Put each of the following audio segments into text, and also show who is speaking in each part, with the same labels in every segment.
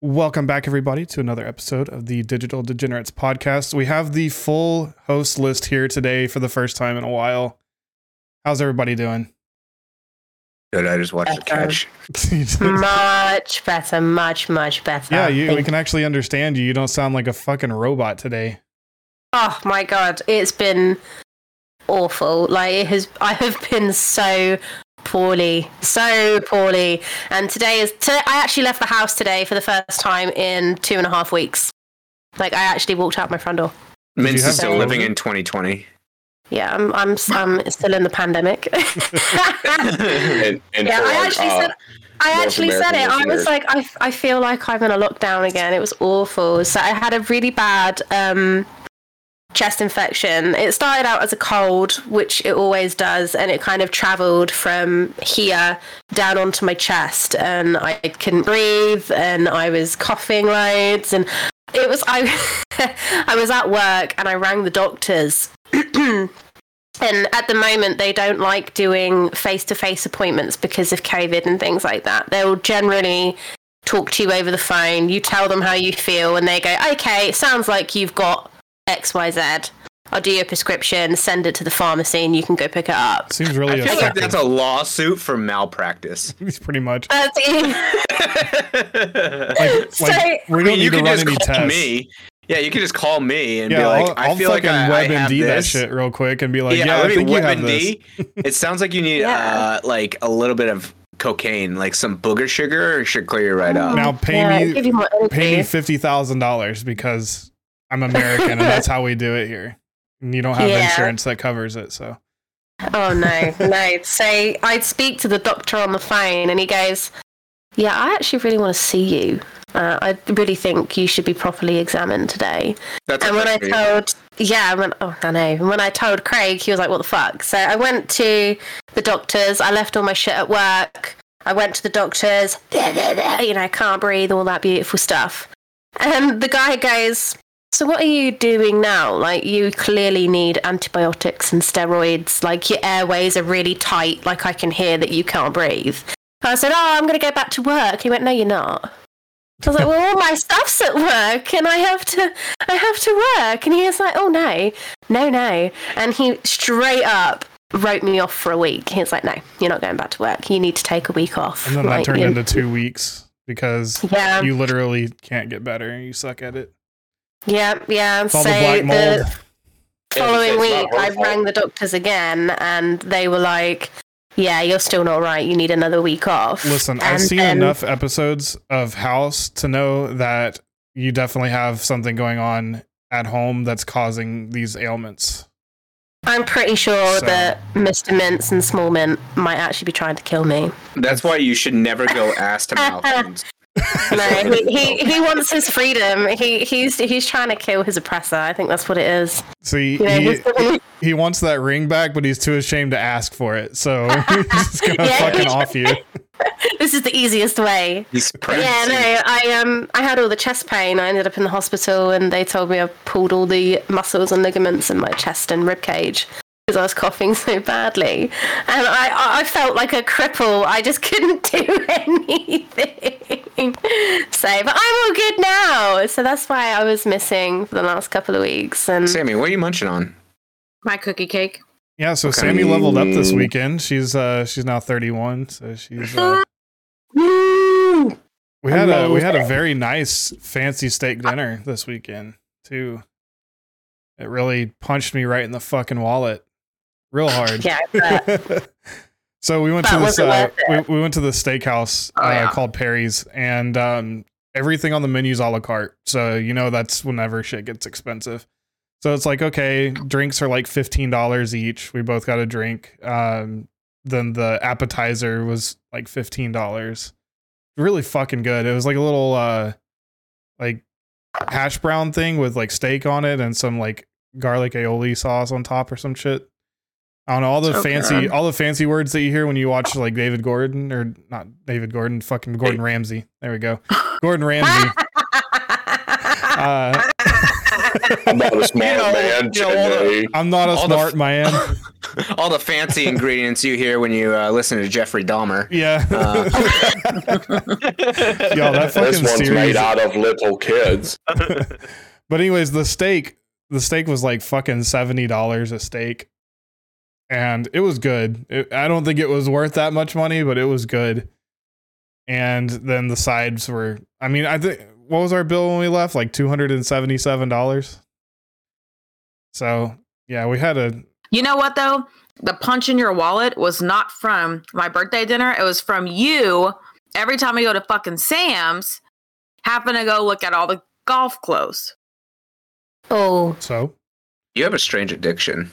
Speaker 1: Welcome back, everybody, to another episode of the Digital Degenerates podcast. We have the full host list here today for the first time in a while. How's everybody doing?
Speaker 2: Good. I just watched the
Speaker 3: Better.
Speaker 2: catch.
Speaker 3: much better, much much better.
Speaker 1: yeah, you, we
Speaker 3: Thank-
Speaker 1: can actually understand you. You don't sound like a fucking robot today.
Speaker 3: Oh my god, it's been awful. Like it has, I have been so poorly, so poorly. And today is. To, I actually left the house today for the first time in two and a half weeks. Like I actually walked out my front door.
Speaker 2: Mince
Speaker 1: have
Speaker 2: is still
Speaker 3: COVID?
Speaker 2: living in 2020.
Speaker 3: Yeah, I'm. I'm. I'm still in the pandemic.
Speaker 4: and, and
Speaker 3: Yeah,
Speaker 4: for
Speaker 3: I
Speaker 4: like,
Speaker 3: actually
Speaker 4: uh,
Speaker 3: said- I
Speaker 4: North
Speaker 3: actually said it.
Speaker 4: American
Speaker 3: I was
Speaker 4: listeners.
Speaker 3: like, I, I feel like I'm in a lockdown again. It was awful. So I had a really bad um, chest infection. It started out as a cold, which it always does, and it kind of traveled from here down onto my chest, and I couldn't breathe, and I was coughing loads, and it was I, I was at work, and I rang the doctors. And at the moment, they don't like doing face to face appointments because of COVID and things like that. They'll generally talk to you over the phone. You tell them how you feel, and they go, okay, it sounds like you've got XYZ. I'll do your prescription, send it to the pharmacy, and you can go pick it up.
Speaker 1: Seems really
Speaker 3: I feel
Speaker 2: I feel like
Speaker 1: effective,
Speaker 2: that's a lawsuit for malpractice.
Speaker 1: pretty much.
Speaker 3: That's
Speaker 2: I
Speaker 1: Like,
Speaker 3: So-
Speaker 1: like, we don't
Speaker 2: mean,
Speaker 1: need
Speaker 2: you
Speaker 1: to
Speaker 2: can
Speaker 1: run
Speaker 2: just
Speaker 1: any
Speaker 2: call
Speaker 1: tests.
Speaker 2: me. Yeah, you can just call me and
Speaker 1: Yeah,
Speaker 2: be like,
Speaker 1: I'll,
Speaker 2: i
Speaker 1: I'll
Speaker 2: feel like
Speaker 1: fucking
Speaker 2: I, I have
Speaker 1: WebMD that
Speaker 2: this.
Speaker 1: shit real quick and be like, yeah,
Speaker 2: yeah,
Speaker 1: I
Speaker 2: let me
Speaker 1: think you have this.
Speaker 2: WebMD. it sounds like you need
Speaker 3: Yeah.
Speaker 2: uh, like a little bit of cocaine, like some booger sugar, it should clear you right up.
Speaker 1: Now pay
Speaker 3: Yeah,
Speaker 1: me-
Speaker 3: give you more
Speaker 1: pay me
Speaker 3: energy.
Speaker 1: fifty thousand dollars because I'm American and that's how we do it here. And you don't have
Speaker 3: Yeah.
Speaker 1: insurance that covers it, so
Speaker 3: Oh no, no. So I speak to the doctor on the phone, and he goes, "Yeah, I actually really want to see you. Uh, I really think you should be properly examined today."
Speaker 2: That's
Speaker 3: Mm-hmm. And when I
Speaker 2: what I
Speaker 3: told, yeah, I went, oh, I know. And when I told Craig, he was like, what the fuck? So I went to the doctors. I left all my shit at work. I went to the doctors, you know, can't breathe, all that beautiful stuff. And the guy goes, so what are you doing now? Like, you clearly need antibiotics and steroids. Like, your airways are really tight. Like, I can hear that you can't breathe. I said, oh, I'm going to go back to work. He went, no, you're not. I was like, well, all my stuff's at work, and I have to, I have to work. And he was like, oh no, no, no. And he straight up wrote me off for a week. He was like, no, you're not going back to work. You need to take a week off.
Speaker 1: and then
Speaker 3: Like,
Speaker 1: that turned
Speaker 3: you-
Speaker 1: into two weeks because
Speaker 3: yeah,
Speaker 1: you literally can't get better and you suck at it.
Speaker 3: yeah, yeah.
Speaker 1: It's all
Speaker 3: So
Speaker 1: the black
Speaker 3: the
Speaker 1: mold.
Speaker 4: Yeah,
Speaker 3: following
Speaker 4: it's not
Speaker 3: week,
Speaker 4: her
Speaker 3: I
Speaker 4: fault.
Speaker 3: rang the doctors again, and they were like, yeah, you're still not right. You need another week off.
Speaker 1: Listen, I've
Speaker 3: And
Speaker 1: seen
Speaker 3: then-
Speaker 1: enough episodes of House to know that you definitely have something going on at home that's causing these ailments.
Speaker 3: I'm pretty sure
Speaker 1: So-
Speaker 3: that Mr. Mintz and Small Mint might actually be trying to kill me.
Speaker 2: That's why you should never go ass to mouth.
Speaker 3: No, he, he, he wants his freedom. He he's he's trying to kill his oppressor. I think that's what it is.
Speaker 1: See,
Speaker 3: You know,
Speaker 1: he,
Speaker 3: he's the-
Speaker 1: he wants that ring back, but he's too ashamed to ask for it. So he's just gonna
Speaker 3: Yeah,
Speaker 1: fucking
Speaker 3: he-
Speaker 1: off you.
Speaker 3: this is the easiest way.
Speaker 2: He's
Speaker 3: But yeah, no, I um I had all the chest pain. I ended up in the hospital, and they told me I pulled all the muscles and ligaments in my chest and rib cage because I was coughing so badly, and I- I I felt like a cripple. I just couldn't do anything. So, but I'm all good now. So that's why I was missing for the last couple of weeks. And
Speaker 2: Sammy, what are you munching on?
Speaker 5: my cookie cake.
Speaker 1: Yeah, so
Speaker 2: Okay.
Speaker 1: Sammy leveled up this weekend. She's uh she's now 31, so she's uh, We had a we had a very nice fancy steak dinner this weekend too. It really punched me right in the fucking wallet, real hard.
Speaker 3: yeah, but
Speaker 1: so we went to
Speaker 3: But
Speaker 1: this
Speaker 3: was it
Speaker 1: uh,
Speaker 3: worth
Speaker 1: we, we went to the steakhouse
Speaker 5: Oh,
Speaker 1: uh,
Speaker 5: yeah.
Speaker 1: called Perry's, and um, everything on the menu's a la carte. So you know that's whenever shit gets expensive. So it's like okay, drinks are like fifteen dollars each. We both got a drink. Um, then the appetizer was like fifteen dollars. Really fucking good. It was like a little uh, like hash brown thing with like steak on it and some like garlic aioli sauce on top or some shit. I don't know all the
Speaker 5: Okay.
Speaker 1: fancy all the fancy words that you hear when you watch like David Gordon or not David Gordon, fucking Gordon Ramsay. There we go, Gordon Ramsay. Uh,
Speaker 4: I'm not a smart
Speaker 2: You know,
Speaker 4: man
Speaker 2: you know, all the-
Speaker 4: today.
Speaker 1: I'm not a
Speaker 2: All the
Speaker 1: smart
Speaker 2: f-
Speaker 1: man.
Speaker 2: all the fancy ingredients you hear when you uh, listen to Jeffrey Dahmer.
Speaker 1: Yeah.
Speaker 2: Uh,
Speaker 1: Yo, that
Speaker 4: This
Speaker 1: fucking
Speaker 4: one's
Speaker 1: series.
Speaker 4: made out of little kids.
Speaker 1: But anyways, the steak, the steak was like fucking seventy dollars a steak, and it was good. It, I don't think it was worth that much money, but it was good. And then the sides were. I mean, I think what was our bill when we left? Like two hundred and seventy-seven dollars. So yeah, we had a
Speaker 5: You know what though? The punch in your wallet was not from my birthday dinner. It was from you. Every time I go to fucking Sam's, happen to go look at all the golf clothes.
Speaker 3: Oh,
Speaker 1: so
Speaker 2: you have a strange addiction.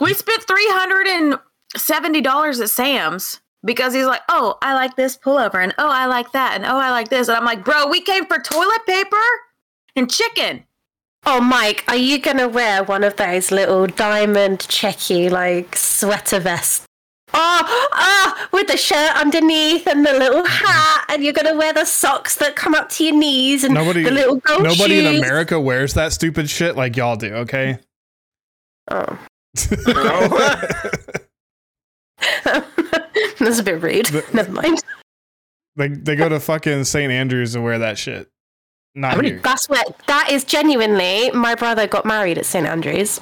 Speaker 5: We spent three hundred and seventy dollars at Sam's because he's like, "Oh, I like this pullover, and oh, I like that, and oh, I like this," and I'm like, "Bro, we came for toilet paper and chicken."
Speaker 3: oh, Mike, are you gonna wear one of those little diamond checky like sweater vests? Oh, oh, with the shirt underneath and the little hat, and you're gonna wear the socks that come up to your knees and
Speaker 1: Nobody-
Speaker 3: the little gold
Speaker 1: nobody
Speaker 3: shoes.
Speaker 1: in America wears that stupid shit like y'all do. Okay.
Speaker 3: Oh.
Speaker 1: they,
Speaker 3: That's a bit rude.
Speaker 1: The-
Speaker 3: Never mind.
Speaker 1: they go to fucking St. Andrews and wear that shit. Not
Speaker 2: How many
Speaker 1: here.
Speaker 3: That's where that is genuinely. My brother got married at St Andrews,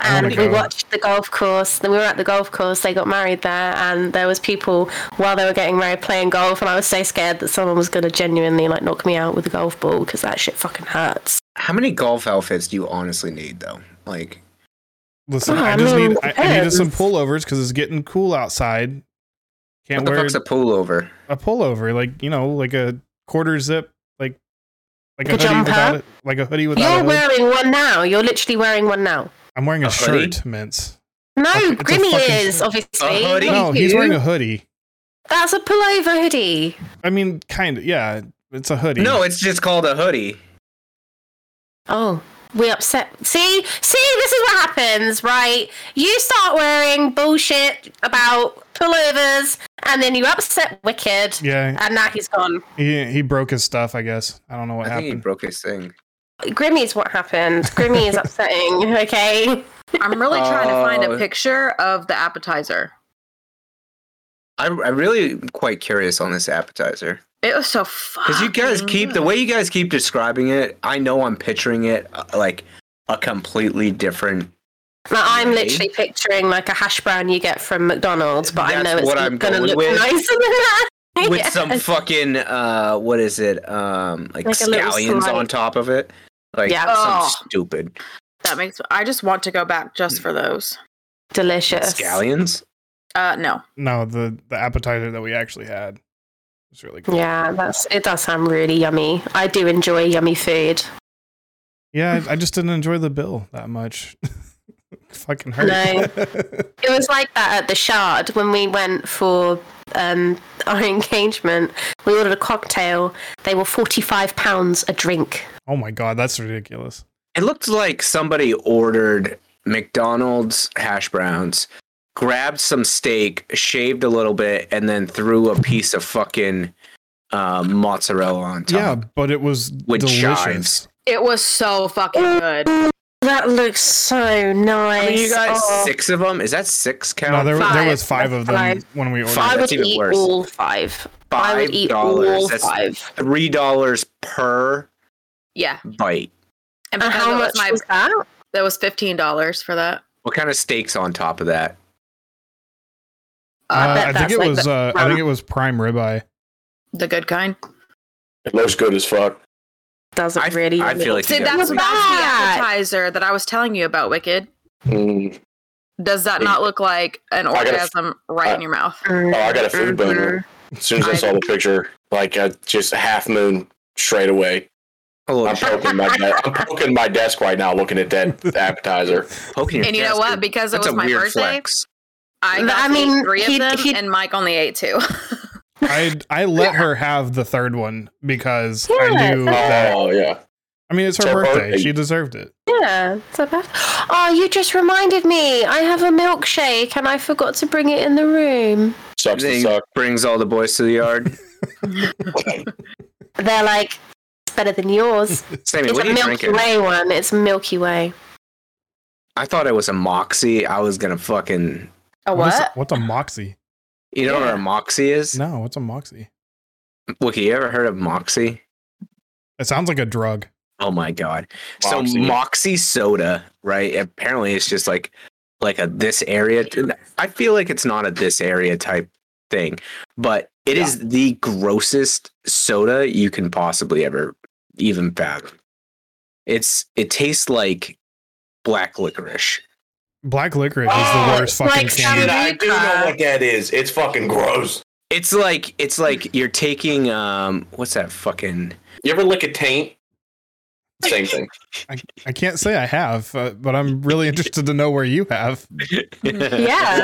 Speaker 3: and
Speaker 1: Oh my
Speaker 3: we
Speaker 1: God.
Speaker 3: watched the golf course. Then we were at the golf course. They got married there, and there was people while they were getting married playing golf, and I was so scared that someone was going to genuinely like knock me out with a golf ball because that shit fucking hurts.
Speaker 2: How many golf outfits do you honestly need, though? Like,
Speaker 1: Listen,
Speaker 3: Oh,
Speaker 1: I
Speaker 3: I
Speaker 1: just
Speaker 3: mean,
Speaker 1: need I, I needed some
Speaker 3: depends.
Speaker 1: pullovers because it's getting cool outside. Can't
Speaker 2: what the
Speaker 1: wear
Speaker 2: fuck's a pullover?
Speaker 1: a pullover, like you know, like a quarter zip, like like a,
Speaker 3: Like a
Speaker 1: hoodie
Speaker 3: jumper?
Speaker 1: without it, like a hoodie without a
Speaker 3: You're
Speaker 1: hood.
Speaker 3: wearing one now. You're literally wearing one now.
Speaker 1: I'm wearing a,
Speaker 4: A hoodie?
Speaker 1: shirt, mints.
Speaker 3: No,
Speaker 1: Okay, it's a
Speaker 3: Grimmy
Speaker 1: fucking-
Speaker 3: is obviously.
Speaker 2: A hoodie?
Speaker 3: Not
Speaker 1: No, he's
Speaker 3: you.
Speaker 1: wearing a hoodie.
Speaker 3: That's a pullover hoodie.
Speaker 1: I mean, kind of, yeah, it's a hoodie.
Speaker 2: No, it's just called a hoodie.
Speaker 3: Oh, we upset. See, see, this is what happens, right? You start wearing bullshit about pullovers, and then you upset Wicked,
Speaker 1: yeah,
Speaker 3: and now he's gone.
Speaker 1: he he broke his stuff. I guess I don't know what
Speaker 2: I think he
Speaker 1: happened.
Speaker 2: broke his thing.
Speaker 3: Grimmy's what happened. Grimmy is upsetting. Okay.
Speaker 5: I'm really trying to find
Speaker 2: Oh.
Speaker 5: a picture of the appetizer.
Speaker 2: I, I'm really quite curious on this appetizer.
Speaker 5: It was so fun.
Speaker 2: Because you guys
Speaker 3: Ah.
Speaker 2: keep the way you guys keep describing it, I know I'm picturing it uh, like a completely different.
Speaker 3: Now I'm
Speaker 2: Okay.
Speaker 3: literally picturing like a hash brown you get from McDonald's, but I
Speaker 2: That's
Speaker 3: know it's
Speaker 2: what I'm
Speaker 3: going to
Speaker 2: going
Speaker 3: look
Speaker 2: with.
Speaker 3: nicer than that.
Speaker 2: With
Speaker 3: Yeah.
Speaker 2: some fucking uh, what is it? Um, like,
Speaker 3: Like a little
Speaker 2: scallions
Speaker 3: slice.
Speaker 2: on top of it. Like
Speaker 3: Yeah.
Speaker 2: some
Speaker 5: Oh.
Speaker 2: stupid
Speaker 5: That makes. I just want to go back just for those.
Speaker 3: delicious.
Speaker 2: scallions.
Speaker 5: Uh, no.
Speaker 1: No, the the appetizer that we actually had was really cool.
Speaker 3: Yeah, that's it. Does sound really yummy. I do enjoy yummy food.
Speaker 1: Yeah, I, I just didn't enjoy the bill that much. Fucking hurt.
Speaker 3: It was like that at the Shard when we went for um, our engagement. We ordered a cocktail. They were forty-five pounds a drink.
Speaker 1: oh my god, that's ridiculous.
Speaker 2: It looked like somebody ordered McDonald's hash browns, grabbed some steak, shaved a little bit, and then threw a piece of fucking uh, mozzarella on
Speaker 1: Yeah,
Speaker 2: top.
Speaker 1: but it was
Speaker 2: With
Speaker 1: delicious.
Speaker 2: chives.
Speaker 5: It was so fucking good.
Speaker 3: That looks so nice.
Speaker 2: I mean, you got
Speaker 3: Oh,
Speaker 2: six of them. Is that six count?
Speaker 1: No, there, there
Speaker 3: Five.
Speaker 1: was five of them
Speaker 3: Five.
Speaker 1: when we ordered.
Speaker 2: Five.
Speaker 3: I
Speaker 2: That's
Speaker 3: would
Speaker 2: even
Speaker 3: eat
Speaker 2: worse.
Speaker 3: all five. I would eat all
Speaker 2: dollars. That's
Speaker 3: five.
Speaker 2: three dollars per
Speaker 5: Yeah.
Speaker 2: bite.
Speaker 5: And
Speaker 3: And
Speaker 5: because
Speaker 3: Uh, how
Speaker 5: it
Speaker 3: much
Speaker 5: was my
Speaker 3: was that?
Speaker 5: that was fifteen dollars for that.
Speaker 2: What kind of steaks on top of that?
Speaker 1: Uh,
Speaker 3: I bet
Speaker 1: I think
Speaker 3: that's
Speaker 1: it
Speaker 3: like
Speaker 1: was.
Speaker 3: the- um,
Speaker 1: uh, I think it was prime ribeye.
Speaker 5: The good kind.
Speaker 4: It looks good as fuck.
Speaker 3: Doesn't
Speaker 2: I-
Speaker 3: really.
Speaker 2: I
Speaker 3: yummy.
Speaker 2: feel like
Speaker 5: See,
Speaker 2: you
Speaker 5: that's,
Speaker 2: guys
Speaker 5: that's
Speaker 3: what
Speaker 5: the
Speaker 2: would-
Speaker 3: that?
Speaker 5: appetizer that I was telling you about, Wicked.
Speaker 4: Mm.
Speaker 5: Does that not look like an
Speaker 4: I gotta-
Speaker 5: orgasm right in
Speaker 4: I-
Speaker 5: your mouth?
Speaker 3: Mm,
Speaker 4: Oh, I got a food
Speaker 3: Mm-hmm.
Speaker 4: boner. As soon as I
Speaker 5: I-
Speaker 4: saw the picture, like I just half moon straight away.
Speaker 2: Oh,
Speaker 4: I'm poking my de- I'm poking my desk right now, looking at that appetizer.
Speaker 2: poking your
Speaker 5: And you know
Speaker 2: chest,
Speaker 5: what?
Speaker 2: dude.
Speaker 5: Because it
Speaker 2: That's
Speaker 5: was
Speaker 2: a
Speaker 5: my
Speaker 2: weird
Speaker 5: birthday,
Speaker 2: flex.
Speaker 5: I
Speaker 3: Th-
Speaker 5: got
Speaker 3: I
Speaker 5: to eat
Speaker 3: mean,
Speaker 5: three of
Speaker 3: he-
Speaker 5: them,
Speaker 3: he-
Speaker 5: and Mike only ate two.
Speaker 1: I I let her have the third one because I
Speaker 3: Yeah,
Speaker 1: knew
Speaker 3: that's-
Speaker 1: that.
Speaker 4: Oh yeah,
Speaker 1: I mean, it's her
Speaker 4: It's her
Speaker 1: birthday.
Speaker 4: birthday.
Speaker 1: She deserved it.
Speaker 3: Yeah, it's a bad. Oh, you just reminded me. I have a milkshake and I forgot to bring it in the room.
Speaker 4: sucks to
Speaker 2: Thing
Speaker 4: suck.
Speaker 2: brings all the boys to the yard.
Speaker 3: They're like, it's better than yours.
Speaker 2: Sammy,
Speaker 3: it's
Speaker 2: what are
Speaker 3: a
Speaker 2: you
Speaker 3: Milky
Speaker 2: drinking?
Speaker 3: Way one. It's a Milky Way.
Speaker 2: I thought it was a moxie. I was gonna fucking.
Speaker 5: A
Speaker 1: What is-
Speaker 5: what?
Speaker 1: what's a moxie?
Speaker 2: You know what
Speaker 5: Yeah.
Speaker 2: a moxie is?
Speaker 1: No, what's a moxie?
Speaker 2: Wookie, you ever heard of moxie?
Speaker 1: It sounds like a drug.
Speaker 2: Oh my god! So
Speaker 4: Moxie.
Speaker 2: moxie soda, right? Apparently, it's just like like a this area. I feel like it's not a this area type thing, but it is the grossest soda you can possibly ever even fathom. It's it tastes like black licorice.
Speaker 1: Black licorice is
Speaker 4: Oh,
Speaker 1: the worst fucking
Speaker 3: like
Speaker 1: candy.
Speaker 4: Shit, I do know what that is. It's fucking gross.
Speaker 2: It's like it's like you're taking um what's that fucking
Speaker 4: You ever lick a taint? Same thing.
Speaker 1: I can't say I have, uh, but I'm really interested to know where you have.
Speaker 3: Yeah.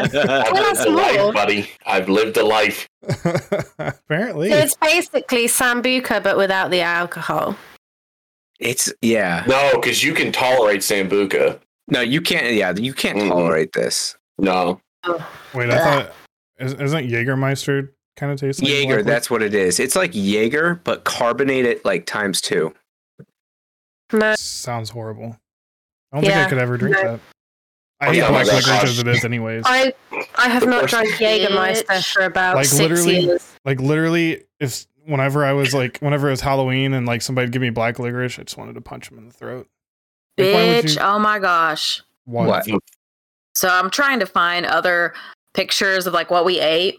Speaker 4: I've
Speaker 3: Tell
Speaker 4: lived
Speaker 3: us
Speaker 4: a
Speaker 3: more.
Speaker 4: life, buddy. I've lived a life.
Speaker 1: Apparently,
Speaker 3: So it's basically sambuca but without the alcohol.
Speaker 2: It's yeah.
Speaker 4: No, because you can tolerate sambuca.
Speaker 2: No, you can't. Yeah, you can't
Speaker 4: Mm-mm.
Speaker 2: tolerate this.
Speaker 4: No,
Speaker 1: wait. I thought is- isn't Jägermeister kind of tastes like
Speaker 2: Jaeger,
Speaker 1: black
Speaker 2: that's what it is. It's like Jaeger, but carbonate it like times two.
Speaker 3: No.
Speaker 1: licorice? sounds horrible. I don't think
Speaker 3: Yeah.
Speaker 1: I could ever drink
Speaker 3: No.
Speaker 1: that. I
Speaker 4: Oh,
Speaker 1: hate
Speaker 4: yeah,
Speaker 1: black
Speaker 4: that's
Speaker 1: licorice
Speaker 4: harsh.
Speaker 1: as it is, anyways.
Speaker 3: I I have
Speaker 4: The
Speaker 3: not
Speaker 4: worst.
Speaker 3: drank Jägermeister
Speaker 5: Bitch.
Speaker 3: for about
Speaker 1: Like,
Speaker 3: six
Speaker 1: literally-
Speaker 3: years.
Speaker 1: like literally, if whenever I was like, whenever it was Halloween and like somebody would give me black licorice, I just wanted to punch him in the throat. Like, why would
Speaker 5: Bitch,
Speaker 1: you-
Speaker 5: oh my gosh.
Speaker 1: What?
Speaker 2: What?
Speaker 5: So I'm trying to find other pictures of like what we ate.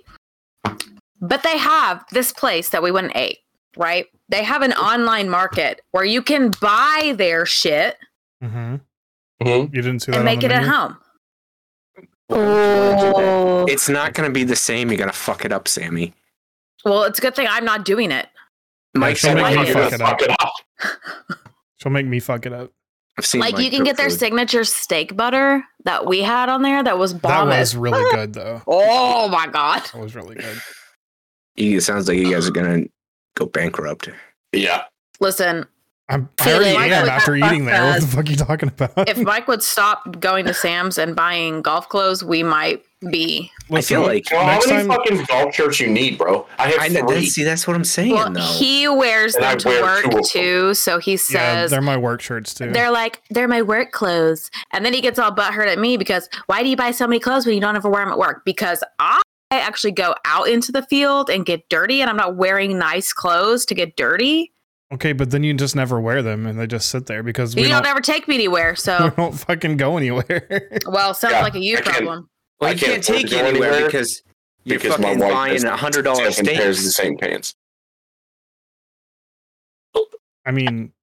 Speaker 5: But they have this place that we went and ate, right? They have an online market where you can buy their shit
Speaker 1: hmm
Speaker 4: Mhm.
Speaker 1: You didn't see that
Speaker 5: and
Speaker 1: on
Speaker 5: make
Speaker 1: the
Speaker 5: it at
Speaker 1: menu?
Speaker 5: home.
Speaker 3: Oh,
Speaker 2: It's not going to be the same. You're going to fuck it up, Sammy.
Speaker 5: Well, it's a good thing I'm not doing it.
Speaker 2: Mike
Speaker 1: she'll
Speaker 2: said,
Speaker 1: make
Speaker 2: I've
Speaker 5: me
Speaker 2: seen-
Speaker 1: fuck it up.
Speaker 4: Fuck it up.
Speaker 1: She'll make me fuck it up.
Speaker 2: I've seen
Speaker 5: like
Speaker 2: Mike
Speaker 5: you can
Speaker 2: cook
Speaker 5: get their
Speaker 2: food.
Speaker 5: signature steak butter that we had on there that was bomb.
Speaker 1: That
Speaker 5: as
Speaker 1: was really
Speaker 5: fuck.
Speaker 1: good though.
Speaker 5: Oh my god.
Speaker 1: That was really good.
Speaker 2: You- It sounds like you guys are going to go bankrupt.
Speaker 4: Yeah.
Speaker 5: Listen,
Speaker 1: I'm, I
Speaker 3: Feeling
Speaker 1: already
Speaker 3: like
Speaker 1: am
Speaker 3: we
Speaker 1: after
Speaker 3: got
Speaker 1: eating there. What the
Speaker 3: buzzed.
Speaker 1: fuck are you talking about?
Speaker 5: if Mike would stop going to Sam's and buying golf clothes, we might be
Speaker 2: I feel like
Speaker 4: Well, how
Speaker 1: Next
Speaker 4: many
Speaker 1: time-
Speaker 4: fucking golf shirts you need, bro? I have
Speaker 2: I know,
Speaker 4: three.
Speaker 2: that's, see that's what I'm saying
Speaker 5: Well,
Speaker 2: though.
Speaker 5: he wears
Speaker 4: And I
Speaker 5: them to
Speaker 4: wear two of them.
Speaker 5: work too, so he
Speaker 1: yeah,
Speaker 5: says
Speaker 1: they're my work shirts too.
Speaker 5: they're, like they're my work clothes, and then he gets all butthurt at me because why do you buy so many clothes when you don't ever wear them at work? Because I actually go out into the field and get dirty, and I'm not wearing nice clothes to get dirty.
Speaker 1: okay, but then you just never wear them, and they just sit there because we
Speaker 5: you
Speaker 1: don't,
Speaker 5: don't, ever take me anywhere,
Speaker 1: we
Speaker 5: so
Speaker 1: don't fucking go anywhere.
Speaker 5: well, sounds
Speaker 4: Yeah,
Speaker 5: like a you
Speaker 4: I can't-
Speaker 5: problem.
Speaker 2: well,
Speaker 4: I
Speaker 2: you
Speaker 4: can't
Speaker 2: can't
Speaker 4: afford
Speaker 2: take
Speaker 4: to
Speaker 2: you
Speaker 4: go
Speaker 2: anywhere,
Speaker 4: anywhere
Speaker 2: because you're
Speaker 4: because my
Speaker 2: fucking
Speaker 4: wife
Speaker 2: buying
Speaker 4: has
Speaker 2: a hundred dollar
Speaker 4: Seven pairs of the
Speaker 2: steaks.
Speaker 4: same pants.
Speaker 1: I mean,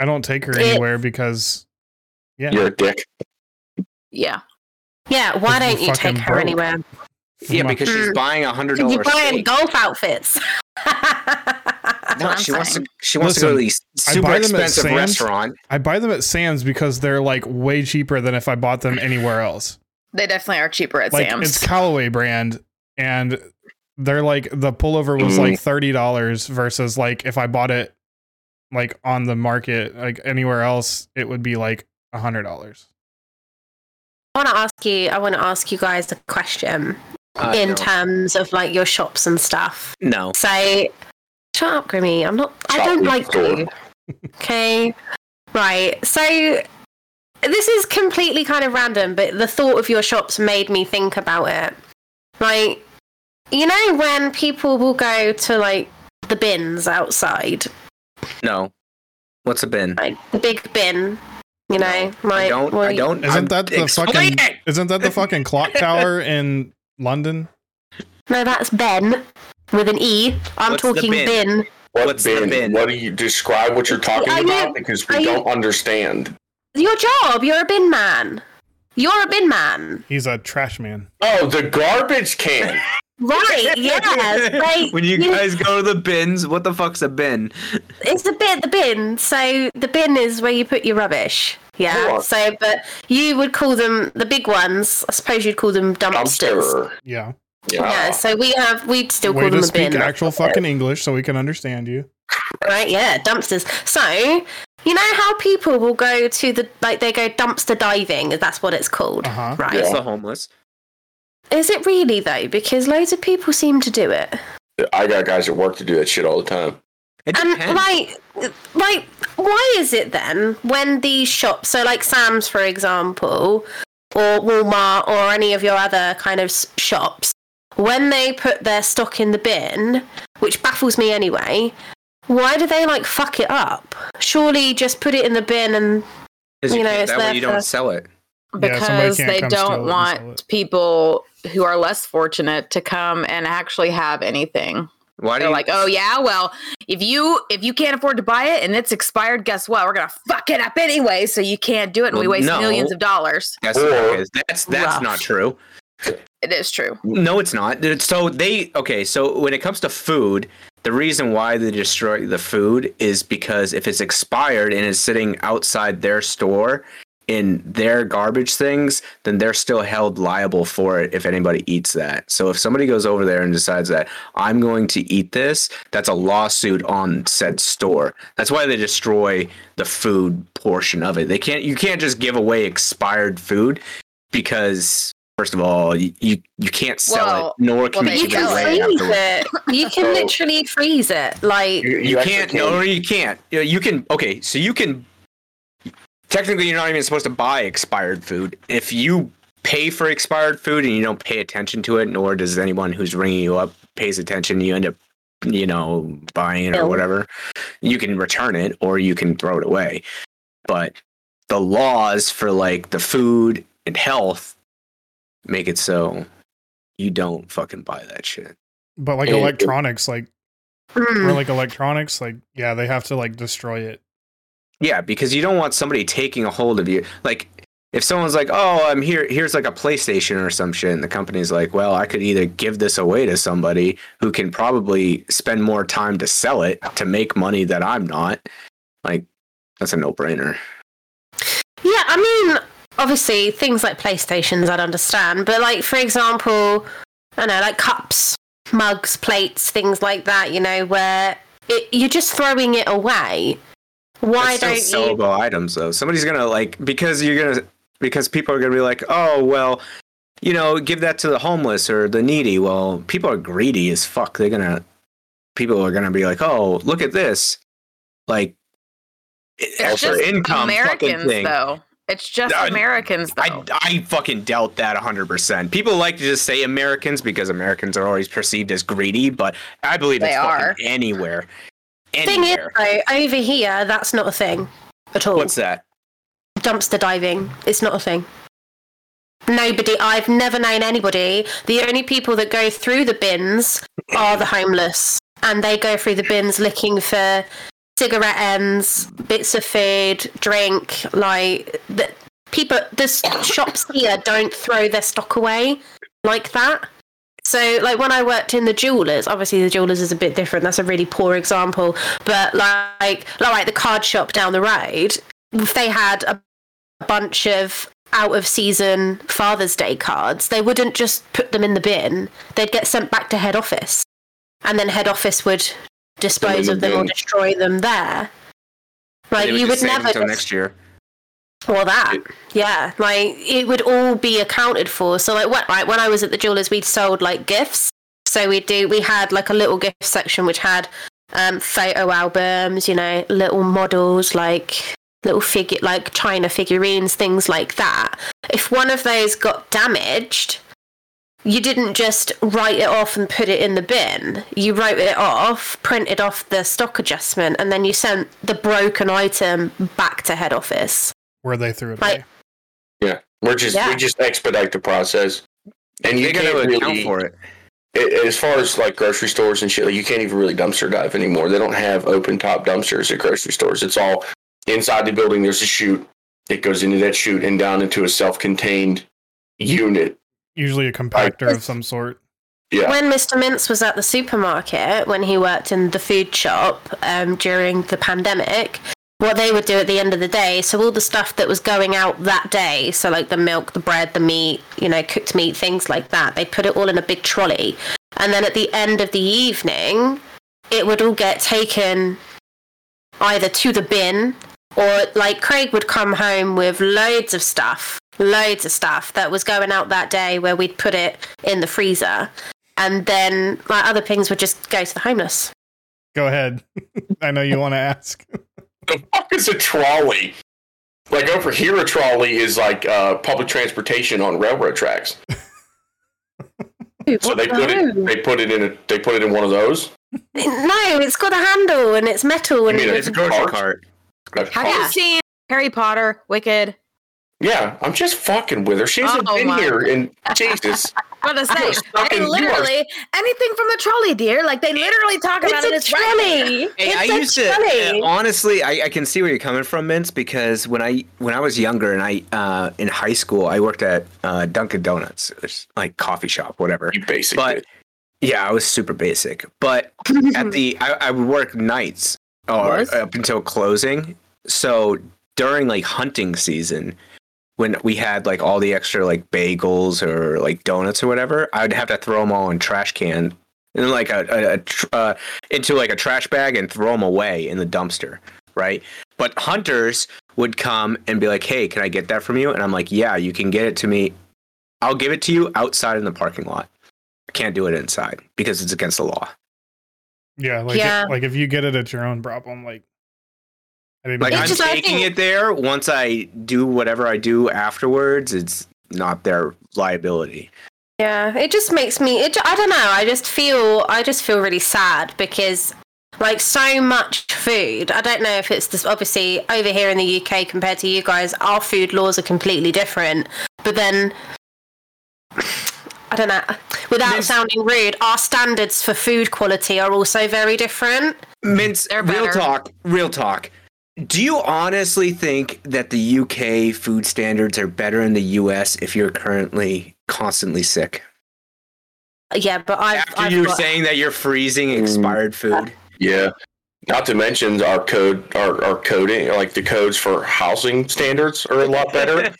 Speaker 1: I don't take her
Speaker 3: It-
Speaker 1: anywhere because yeah,
Speaker 4: You're a dick.
Speaker 5: Yeah,
Speaker 3: yeah,
Speaker 1: Because
Speaker 3: why don't
Speaker 1: we're
Speaker 3: you take
Speaker 1: fucking
Speaker 3: her
Speaker 1: broke.
Speaker 3: anywhere?
Speaker 2: Yeah,
Speaker 1: my-
Speaker 2: because she's
Speaker 3: Mm.
Speaker 2: buying a hundred
Speaker 3: You're
Speaker 2: dollar
Speaker 3: buying
Speaker 2: steak.
Speaker 3: golf outfits.
Speaker 2: No,
Speaker 5: what
Speaker 2: she
Speaker 5: I'm
Speaker 2: wants to.
Speaker 5: saying.
Speaker 2: She wants to go to these
Speaker 1: I
Speaker 2: super
Speaker 1: buy them at
Speaker 2: expensive
Speaker 1: Sam's.
Speaker 2: restaurant.
Speaker 1: I buy them at Sam's because they're like way cheaper than if I bought them anywhere else.
Speaker 5: they definitely are cheaper at
Speaker 1: like
Speaker 5: Sam's.
Speaker 1: it's Callaway brand, and they're like the pullover was
Speaker 4: Mm.
Speaker 1: like thirty dollars versus like if I bought it like on the market like anywhere else, it would be like a hundred dollars.
Speaker 3: I want to ask you. I want to ask you guys a question
Speaker 2: Uh,
Speaker 3: in
Speaker 2: no.
Speaker 3: terms of like your shops and stuff.
Speaker 2: no.
Speaker 3: So, shut up, Grimmy. I'm not. I
Speaker 4: Shut
Speaker 3: don't
Speaker 4: the
Speaker 3: like
Speaker 4: door.
Speaker 3: you. Okay. Right. So, this is completely kind of random, but the thought of your shops made me think about it. Like, you know, when people will go to like the bins outside,
Speaker 2: No. What's a bin?
Speaker 3: like the big bin. You know, like
Speaker 2: I don't.
Speaker 3: well,
Speaker 2: I don't.
Speaker 1: Isn't
Speaker 2: I'm-
Speaker 1: that the
Speaker 2: explain
Speaker 1: fucking?
Speaker 2: it!
Speaker 1: Isn't that the fucking clock tower in London?
Speaker 3: No, that's Ben with an E. I'm
Speaker 2: What's the
Speaker 3: talking
Speaker 2: bin?
Speaker 3: bin.
Speaker 4: What
Speaker 2: What's the
Speaker 4: bin?
Speaker 2: bin?
Speaker 4: What do you describe what you're talking
Speaker 3: I mean-
Speaker 4: about? Because we
Speaker 3: I mean-
Speaker 4: don't understand.
Speaker 3: Your job. You're a bin man. You're a bin man.
Speaker 1: He's a trash man.
Speaker 4: Oh, the garbage can.
Speaker 3: Right, yes. Like,
Speaker 2: when you guys go to the bins, what the fuck's a bin?
Speaker 3: it's a bit the bin. So the bin is where you put your rubbish. Yeah.
Speaker 4: Sure.
Speaker 3: So, but you would call them the big ones. I suppose you'd call them dumpsters.
Speaker 4: Dumpster.
Speaker 1: Yeah.
Speaker 3: Yeah.
Speaker 4: Yeah.
Speaker 3: So we have we'd still
Speaker 1: Way
Speaker 3: call
Speaker 1: to
Speaker 3: them a
Speaker 1: speak
Speaker 3: bin.
Speaker 1: actual fucking English so we can understand you.
Speaker 3: right yeah dumpsters so you know how people will go to the like they go dumpster diving that's what it's called
Speaker 1: Uh-huh.
Speaker 3: right
Speaker 2: That's
Speaker 4: Yeah.
Speaker 2: the homeless.
Speaker 3: is it really though because loads of people seem to do it
Speaker 4: I got guys at work to do that shit all the time.
Speaker 2: It
Speaker 3: And
Speaker 2: depends.
Speaker 3: like, like, why is it then when these shops, so like Sam's for example, or Walmart, or any of your other kind of s- shops, when they put their stock in the bin, which baffles me anyway, why do they like fuck it up? Surely just put it in the bin and
Speaker 2: 'Cause you,
Speaker 3: you know,
Speaker 2: can't-
Speaker 3: it's
Speaker 2: that way
Speaker 3: there
Speaker 2: you
Speaker 3: for-
Speaker 2: don't sell it.
Speaker 1: Yeah, somebody
Speaker 5: because
Speaker 1: can't
Speaker 5: they
Speaker 1: come steal it
Speaker 5: don't
Speaker 1: and sell it.
Speaker 5: want people who are less fortunate to come and actually have anything.
Speaker 2: Why do
Speaker 5: They're
Speaker 2: you
Speaker 5: like, "Oh yeah, well, if you if you can't afford to buy it and it's expired, guess what? We're gonna fuck it up anyway, so you can't do it, and we
Speaker 2: Well,
Speaker 5: waste
Speaker 2: no.
Speaker 5: millions of dollars."
Speaker 2: That's not
Speaker 4: Or-
Speaker 2: it is. that's that's
Speaker 5: Rough.
Speaker 2: not true.
Speaker 5: It is true.
Speaker 2: No, it's not. So they okay. So when it comes to food, the reason why they destroy the food is because if it's expired and it's sitting outside their store in their garbage things, then they're still held liable for it if anybody eats that. So if somebody goes over there and decides that I'm going to eat this, that's a lawsuit on said store. That's why they destroy the food portion of it. They can't. You can't just give away expired food because first of all, you you, you can't sell
Speaker 5: Well,
Speaker 2: it, nor can
Speaker 5: well,
Speaker 2: you
Speaker 3: you
Speaker 5: they
Speaker 2: give it
Speaker 3: can
Speaker 5: do.
Speaker 2: away
Speaker 3: freeze
Speaker 2: afterwards.
Speaker 3: it. You can literally freeze it. Like,
Speaker 4: You,
Speaker 2: You,
Speaker 4: actually
Speaker 2: can't. No, you can't. You- You can. Okay, so you can. Technically, you're not even supposed to buy expired food. If you pay for expired food and you don't pay attention to it, nor does anyone who's ringing you up pays attention, you end up, you know, buying it or
Speaker 3: Ill.
Speaker 2: whatever. You can return it or you can throw it away. But the laws for like the food and health make it so you don't fucking buy that shit.
Speaker 1: But like
Speaker 4: Yeah.
Speaker 1: electronics, like
Speaker 3: mm.
Speaker 1: or like electronics, like yeah, they have to like destroy it.
Speaker 2: Yeah, because you don't want somebody taking a hold of you. Like if someone's like, "Oh, I'm here. Here's like a PlayStation or some shit," and the company's like, "Well, I could either give this away to somebody who can probably spend more time to sell it to make money that I'm not." Like that's a no-brainer.
Speaker 3: Yeah, I mean, obviously things like PlayStations I'd understand, but like for example, I don't know, like cups, mugs, plates, things like that. You know, where it, you're just throwing it away. Why
Speaker 2: It's still
Speaker 3: don't you?
Speaker 2: sellable items though? Somebody's gonna like because you're gonna because people are gonna be like, oh well, you know, give that to the homeless or the needy. Well, people are greedy as fuck. They're gonna people are gonna be like, oh look at this, like it's
Speaker 5: just
Speaker 2: income fucking
Speaker 5: Americans
Speaker 2: thing.
Speaker 5: though. It's just
Speaker 2: Uh,
Speaker 5: Americans though.
Speaker 2: I, I fucking doubt that 100%. People like to just say Americans because Americans are always perceived as greedy, but I believe
Speaker 5: They
Speaker 2: it's fucking
Speaker 5: are.
Speaker 2: anywhere.
Speaker 3: Thing is,
Speaker 2: Anywhere.
Speaker 3: though, over here that's not a thing at all.
Speaker 2: What's that?
Speaker 3: Dumpster diving, it's not a thing. Nobody, I've never known anybody. The only people that go through the bins are the homeless, and they go through the bins looking for cigarette ends, bits of food, drink. Like the people, the s- shops here don't throw their stock away like that. So, like when I worked in the jewelers, obviously the jewelers is a bit different. That's a really poor example, but like, like the card shop down the road, if they had a bunch of out of season Father's Day cards, they wouldn't just put them in the bin. They'd get sent back to head office. And then head office would dispose
Speaker 4: in
Speaker 3: of
Speaker 4: the
Speaker 3: them or
Speaker 4: bin.
Speaker 3: destroy them there. Like
Speaker 2: They would
Speaker 3: you would
Speaker 2: just save
Speaker 3: never
Speaker 2: until
Speaker 3: just-
Speaker 2: next year.
Speaker 3: well, that, yeah, like it would all be accounted for. So, like, what, like when I was at the jewelers, we'd sold like gifts. So we do, we had like a little gift section which had um, photo albums, you know, little models, like little figure, like china figurines, things like that. If one of those got damaged, you didn't just write it off and put it in the bin. You wrote it off, printed off the stock adjustment, and then you sent the broken item back to head office.
Speaker 1: Where they threw it
Speaker 3: Like-
Speaker 1: away.
Speaker 4: We're just
Speaker 3: Yeah.
Speaker 4: we just expedite the process, and you
Speaker 2: They
Speaker 4: can't
Speaker 2: gotta account
Speaker 4: really.
Speaker 2: for it.
Speaker 4: a- As far as like grocery stores and shit, like you can't even really dumpster dive anymore. They don't have open top dumpsters at grocery stores. It's all inside the building. There's a chute. It goes into that chute and down into a self-contained unit.
Speaker 1: Usually a compactor of some sort.
Speaker 4: Yeah,
Speaker 3: When Mr. Mintz was at the supermarket, when he worked in the food shop um, during the pandemic, what they would do at the end of the day, so all the stuff that was going out that day, so like the milk, the bread, the meat, you know, cooked meat, things like that, they put it all in a big trolley. And then at the end of the evening, it would all get taken either to the bin or like Craig would come home with loads of stuff, loads of stuff that was going out that day where we'd put it in the freezer and then like other things would just go to the homeless.
Speaker 1: Go ahead. I know you want to ask.
Speaker 4: the fuck is a trolley? Like over here, a trolley is like uh, public transportation on railroad tracks. So they put it. They put it in a. They put it in one of those.
Speaker 3: No, it's got a handle and it's metal and
Speaker 4: You mean
Speaker 3: it
Speaker 2: It's a grocery
Speaker 4: Cart?
Speaker 2: cart.
Speaker 4: Like,
Speaker 5: Have you seen Harry Potter, Wicked?
Speaker 4: yeah, I'm just fucking with her. She hasn't
Speaker 5: Oh
Speaker 4: been
Speaker 5: my
Speaker 4: here, and Jesus,
Speaker 5: Gotta
Speaker 4: I
Speaker 5: say,
Speaker 4: was fucking-
Speaker 5: they
Speaker 4: you are-
Speaker 5: literally anything from the trolley, dear. Like they literally talk about it.
Speaker 3: It's a
Speaker 5: as right
Speaker 3: trolley.
Speaker 2: Hey, I
Speaker 3: It's a
Speaker 2: used to
Speaker 3: trolley.
Speaker 2: uh, honestly. I, I can see where you're coming from, Mince, because when I when I was younger and I uh, in high school, I worked at uh, Dunkin' Donuts, it's like coffee shop, whatever.
Speaker 4: you basically.
Speaker 2: But yeah, I was super basic. But at the I, I would work nights or
Speaker 5: Was?
Speaker 2: up until closing. So during like hunting season, when we had like all the extra like bagels or like donuts or whatever, I would have to throw them all in trash can in like a, a, a tr- uh, into like a trash bag and throw them away in the dumpster, right? But hunters would come and be like, "Hey, can I get that from you?" And I'm like, "Yeah, you can get it to me. I'll give it to you outside in the parking lot. I can't do it inside because it's against the law."
Speaker 1: Yeah, like
Speaker 3: Yeah.
Speaker 1: like if you get it, it's your own problem. Like, I didn't.
Speaker 2: Like
Speaker 1: know.
Speaker 2: I'm
Speaker 3: just- I
Speaker 2: taking
Speaker 3: think-
Speaker 2: it there. Once I do whatever I do afterwards, it's not their liability.
Speaker 3: Yeah, it just makes me. It, ju- I don't know. I just feel. I just feel really sad because, like, so much food. I don't know if it's this. Obviously, over here in the UK compared to you guys, our food laws are completely different. But then, I don't know. Without
Speaker 2: There's-
Speaker 3: sounding rude, our standards for food quality are also very different.
Speaker 2: Mince,
Speaker 5: They're
Speaker 2: real
Speaker 5: better.
Speaker 2: talk, real talk. Do you honestly think that the UK food standards are better in the US if you're currently constantly sick?
Speaker 3: Yeah, but I've.
Speaker 2: After
Speaker 3: I've
Speaker 2: you were
Speaker 3: got-
Speaker 2: saying that you're freezing
Speaker 4: Mm.
Speaker 2: expired food,
Speaker 4: Yeah. Not to mention our code, our, our coding, like the codes for housing standards are a lot better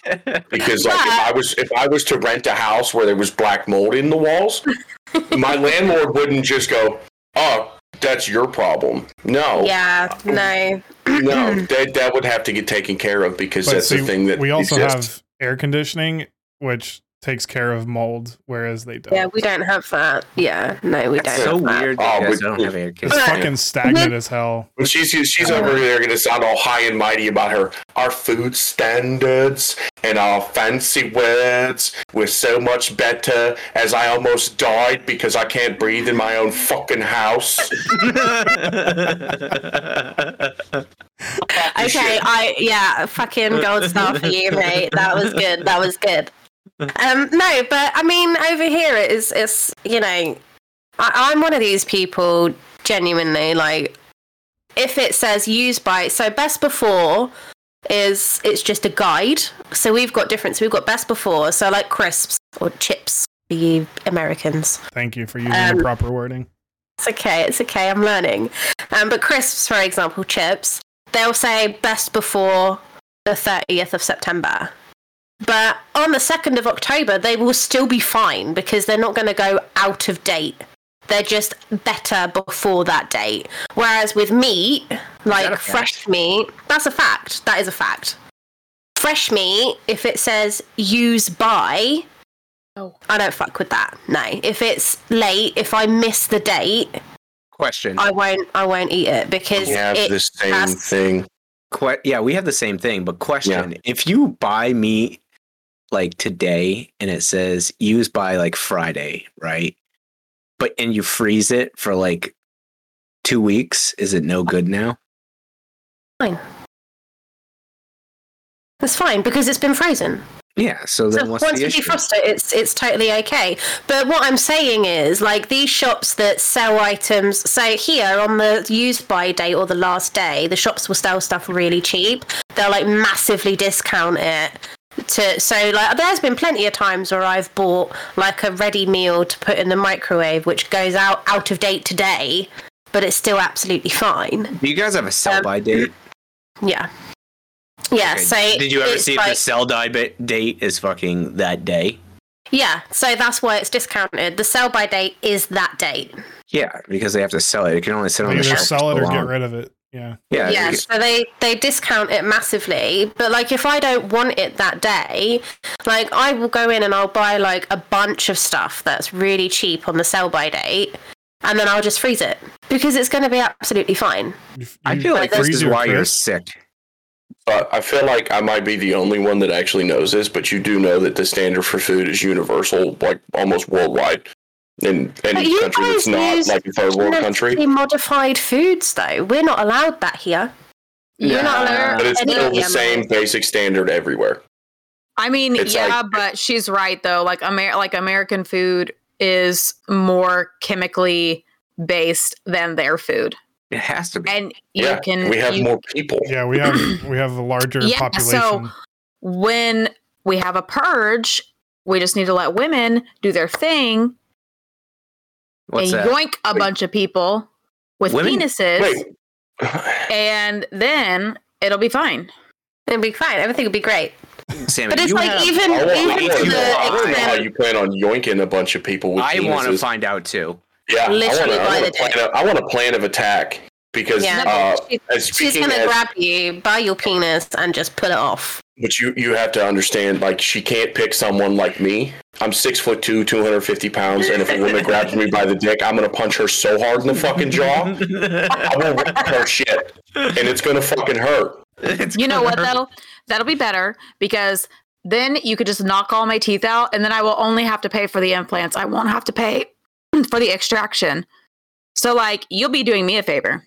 Speaker 4: because, like, if I was if I was to rent a house where there was black mold in the walls, my landlord wouldn't just go, "Oh, that's your problem." No,
Speaker 3: Yeah,
Speaker 2: oh,
Speaker 3: no.
Speaker 4: no, that that would have to get taken care of because
Speaker 1: But
Speaker 4: that's
Speaker 1: see,
Speaker 4: the thing that
Speaker 1: we also
Speaker 4: exists.
Speaker 1: have air conditioning, which takes care of mold, whereas they don't.
Speaker 3: Yeah, we don't have that. Yeah, no, we
Speaker 2: That's
Speaker 3: don't.
Speaker 2: so
Speaker 3: have that.
Speaker 2: weird.
Speaker 4: Oh,
Speaker 2: That you guys
Speaker 4: we-
Speaker 2: don't have any
Speaker 1: it's
Speaker 2: kids.
Speaker 1: fucking stagnant as hell.
Speaker 4: And She's she's over there going to sound all high and mighty about her our food standards and our fancy words were so much better as I almost died because I can't breathe in my own fucking house.
Speaker 3: Okay, I yeah, fucking gold star for you, mate. That was good. That was good. Um, no, but I mean, over here it is. It's you know, I, I'm one of these people. Genuinely, like, if it says used by, so best before is it's just a guide. So we've got different. So we've got best before. So like crisps or chips for you Americans.
Speaker 1: Thank you for using
Speaker 3: Um,
Speaker 1: the proper wording.
Speaker 3: It's okay. It's okay. I'm learning. Um, but crisps, for example, chips, they'll say best before the 30th of September. But on the 2nd of October, they will still be fine because they're not going to go out of date. They're just better before that date. Whereas with meat,
Speaker 2: that a
Speaker 3: like
Speaker 2: fact?
Speaker 3: fresh meat, that's a fact. That is a fact. Fresh meat, if it says use by,
Speaker 5: Oh.
Speaker 3: I don't fuck with that. No. If it's late, if I miss the date,
Speaker 2: Question.
Speaker 3: I won't. I won't eat it because it
Speaker 4: same
Speaker 3: has-
Speaker 4: thing.
Speaker 2: Que- yeah, we have the same thing, but question: If you buy meat like today and it says use by like Friday, right? But and you freeze it for like two weeks, is it no good now?
Speaker 3: That's fine because it's been frozen.
Speaker 2: Yeah. So then
Speaker 3: So
Speaker 2: what's
Speaker 3: once
Speaker 2: the
Speaker 3: you
Speaker 2: issue?
Speaker 3: defrost it, it's it's totally okay. But what I'm saying is, like these shops that sell items, so here on the use by date or the last day, the shops will sell stuff really cheap. They'll like massively discount it. To so like there's been plenty of times where I've bought like a ready meal to put in the microwave, which goes out out of date today, but it's still absolutely fine.
Speaker 2: Do you guys have a sell by date?
Speaker 3: Mm-hmm. Yeah. Yeah,
Speaker 2: Okay,
Speaker 3: so
Speaker 2: did you ever
Speaker 3: it's
Speaker 2: see if
Speaker 3: like-
Speaker 2: the sell die bit date is fucking that day?
Speaker 3: Yeah, so that's why it's discounted. The sell by date is that date.
Speaker 2: Yeah, because they have to sell it. It can only sit on
Speaker 1: Either
Speaker 2: the shelf.
Speaker 1: sell it
Speaker 2: so
Speaker 1: or get
Speaker 2: long.
Speaker 1: rid of it. Yeah.
Speaker 2: Yeah,
Speaker 3: yeah, so they they discount it massively. But like, if I don't want it that day, like I will go in and I'll buy like a bunch of stuff that's really cheap on the sell by date, and then I'll just freeze it because it's going to be absolutely fine.
Speaker 1: You-
Speaker 2: I
Speaker 1: you
Speaker 2: feel like this
Speaker 1: Mm-hmm. freeze
Speaker 2: is
Speaker 1: your
Speaker 2: why you're
Speaker 1: crisps?
Speaker 2: sick.
Speaker 4: But I feel like I might be the only one that actually knows this, but you do know that the standard for food is universal, like almost worldwide. In
Speaker 3: But
Speaker 4: any
Speaker 3: you
Speaker 4: country
Speaker 3: guys
Speaker 4: that's not
Speaker 3: use
Speaker 4: like a third world country.
Speaker 3: Genetically modified foods, though, we're not allowed that here. You're not allowed.
Speaker 4: But it's
Speaker 3: any
Speaker 4: still the
Speaker 3: GMOs.
Speaker 4: same basic standard everywhere.
Speaker 5: I mean,
Speaker 4: It's
Speaker 5: yeah,
Speaker 4: like-
Speaker 5: but she's right though. Like Amer- like American food is more chemically based than their food,
Speaker 2: It has to be.
Speaker 5: and
Speaker 4: yeah.
Speaker 5: you can
Speaker 4: we have
Speaker 5: you-
Speaker 4: more people.
Speaker 1: Yeah, we have we have a larger
Speaker 5: Yeah, so-
Speaker 1: population.
Speaker 5: when we have a purge. We just need to let women do their thing
Speaker 2: What's
Speaker 5: and
Speaker 2: that?
Speaker 5: yoink a
Speaker 4: Wait.
Speaker 5: bunch of people with
Speaker 2: Women?
Speaker 5: penises,
Speaker 4: Wait.
Speaker 5: and then it'll be fine.
Speaker 3: It'll be fine. Everything will be great.
Speaker 2: Sammy,
Speaker 3: But it's
Speaker 2: you
Speaker 3: like
Speaker 2: have-
Speaker 3: even
Speaker 4: I
Speaker 3: even
Speaker 2: you
Speaker 3: to
Speaker 2: want-
Speaker 4: I
Speaker 3: the
Speaker 4: wanna know how
Speaker 3: extent.
Speaker 4: you plan on yoinking a bunch of people with
Speaker 2: I want to
Speaker 4: penises.
Speaker 2: find out too.
Speaker 4: Yeah, I
Speaker 3: Literally
Speaker 4: wanna- I
Speaker 3: by
Speaker 4: want
Speaker 3: the
Speaker 4: to plan. A, I want a plan of attack because
Speaker 3: Yeah.
Speaker 4: uh,
Speaker 5: She-
Speaker 4: as
Speaker 3: She's
Speaker 4: speaking
Speaker 3: gonna
Speaker 4: as,
Speaker 3: grab you by your penis and just pull it off.
Speaker 4: but you you have to understand like she can't pick someone like me. I'm six foot two, two hundred fifty pounds, and if a woman grabs me by the dick, I'm gonna punch her so hard in the fucking jaw, I will rip her shit, and it's gonna fucking hurt.
Speaker 2: It's
Speaker 5: You know what
Speaker 2: gonna hurt.
Speaker 5: though? That'll be better because then you could just knock all my teeth out and then I will only have to pay for the implants. I won't have to pay for the extraction. So like you'll be doing me a favor.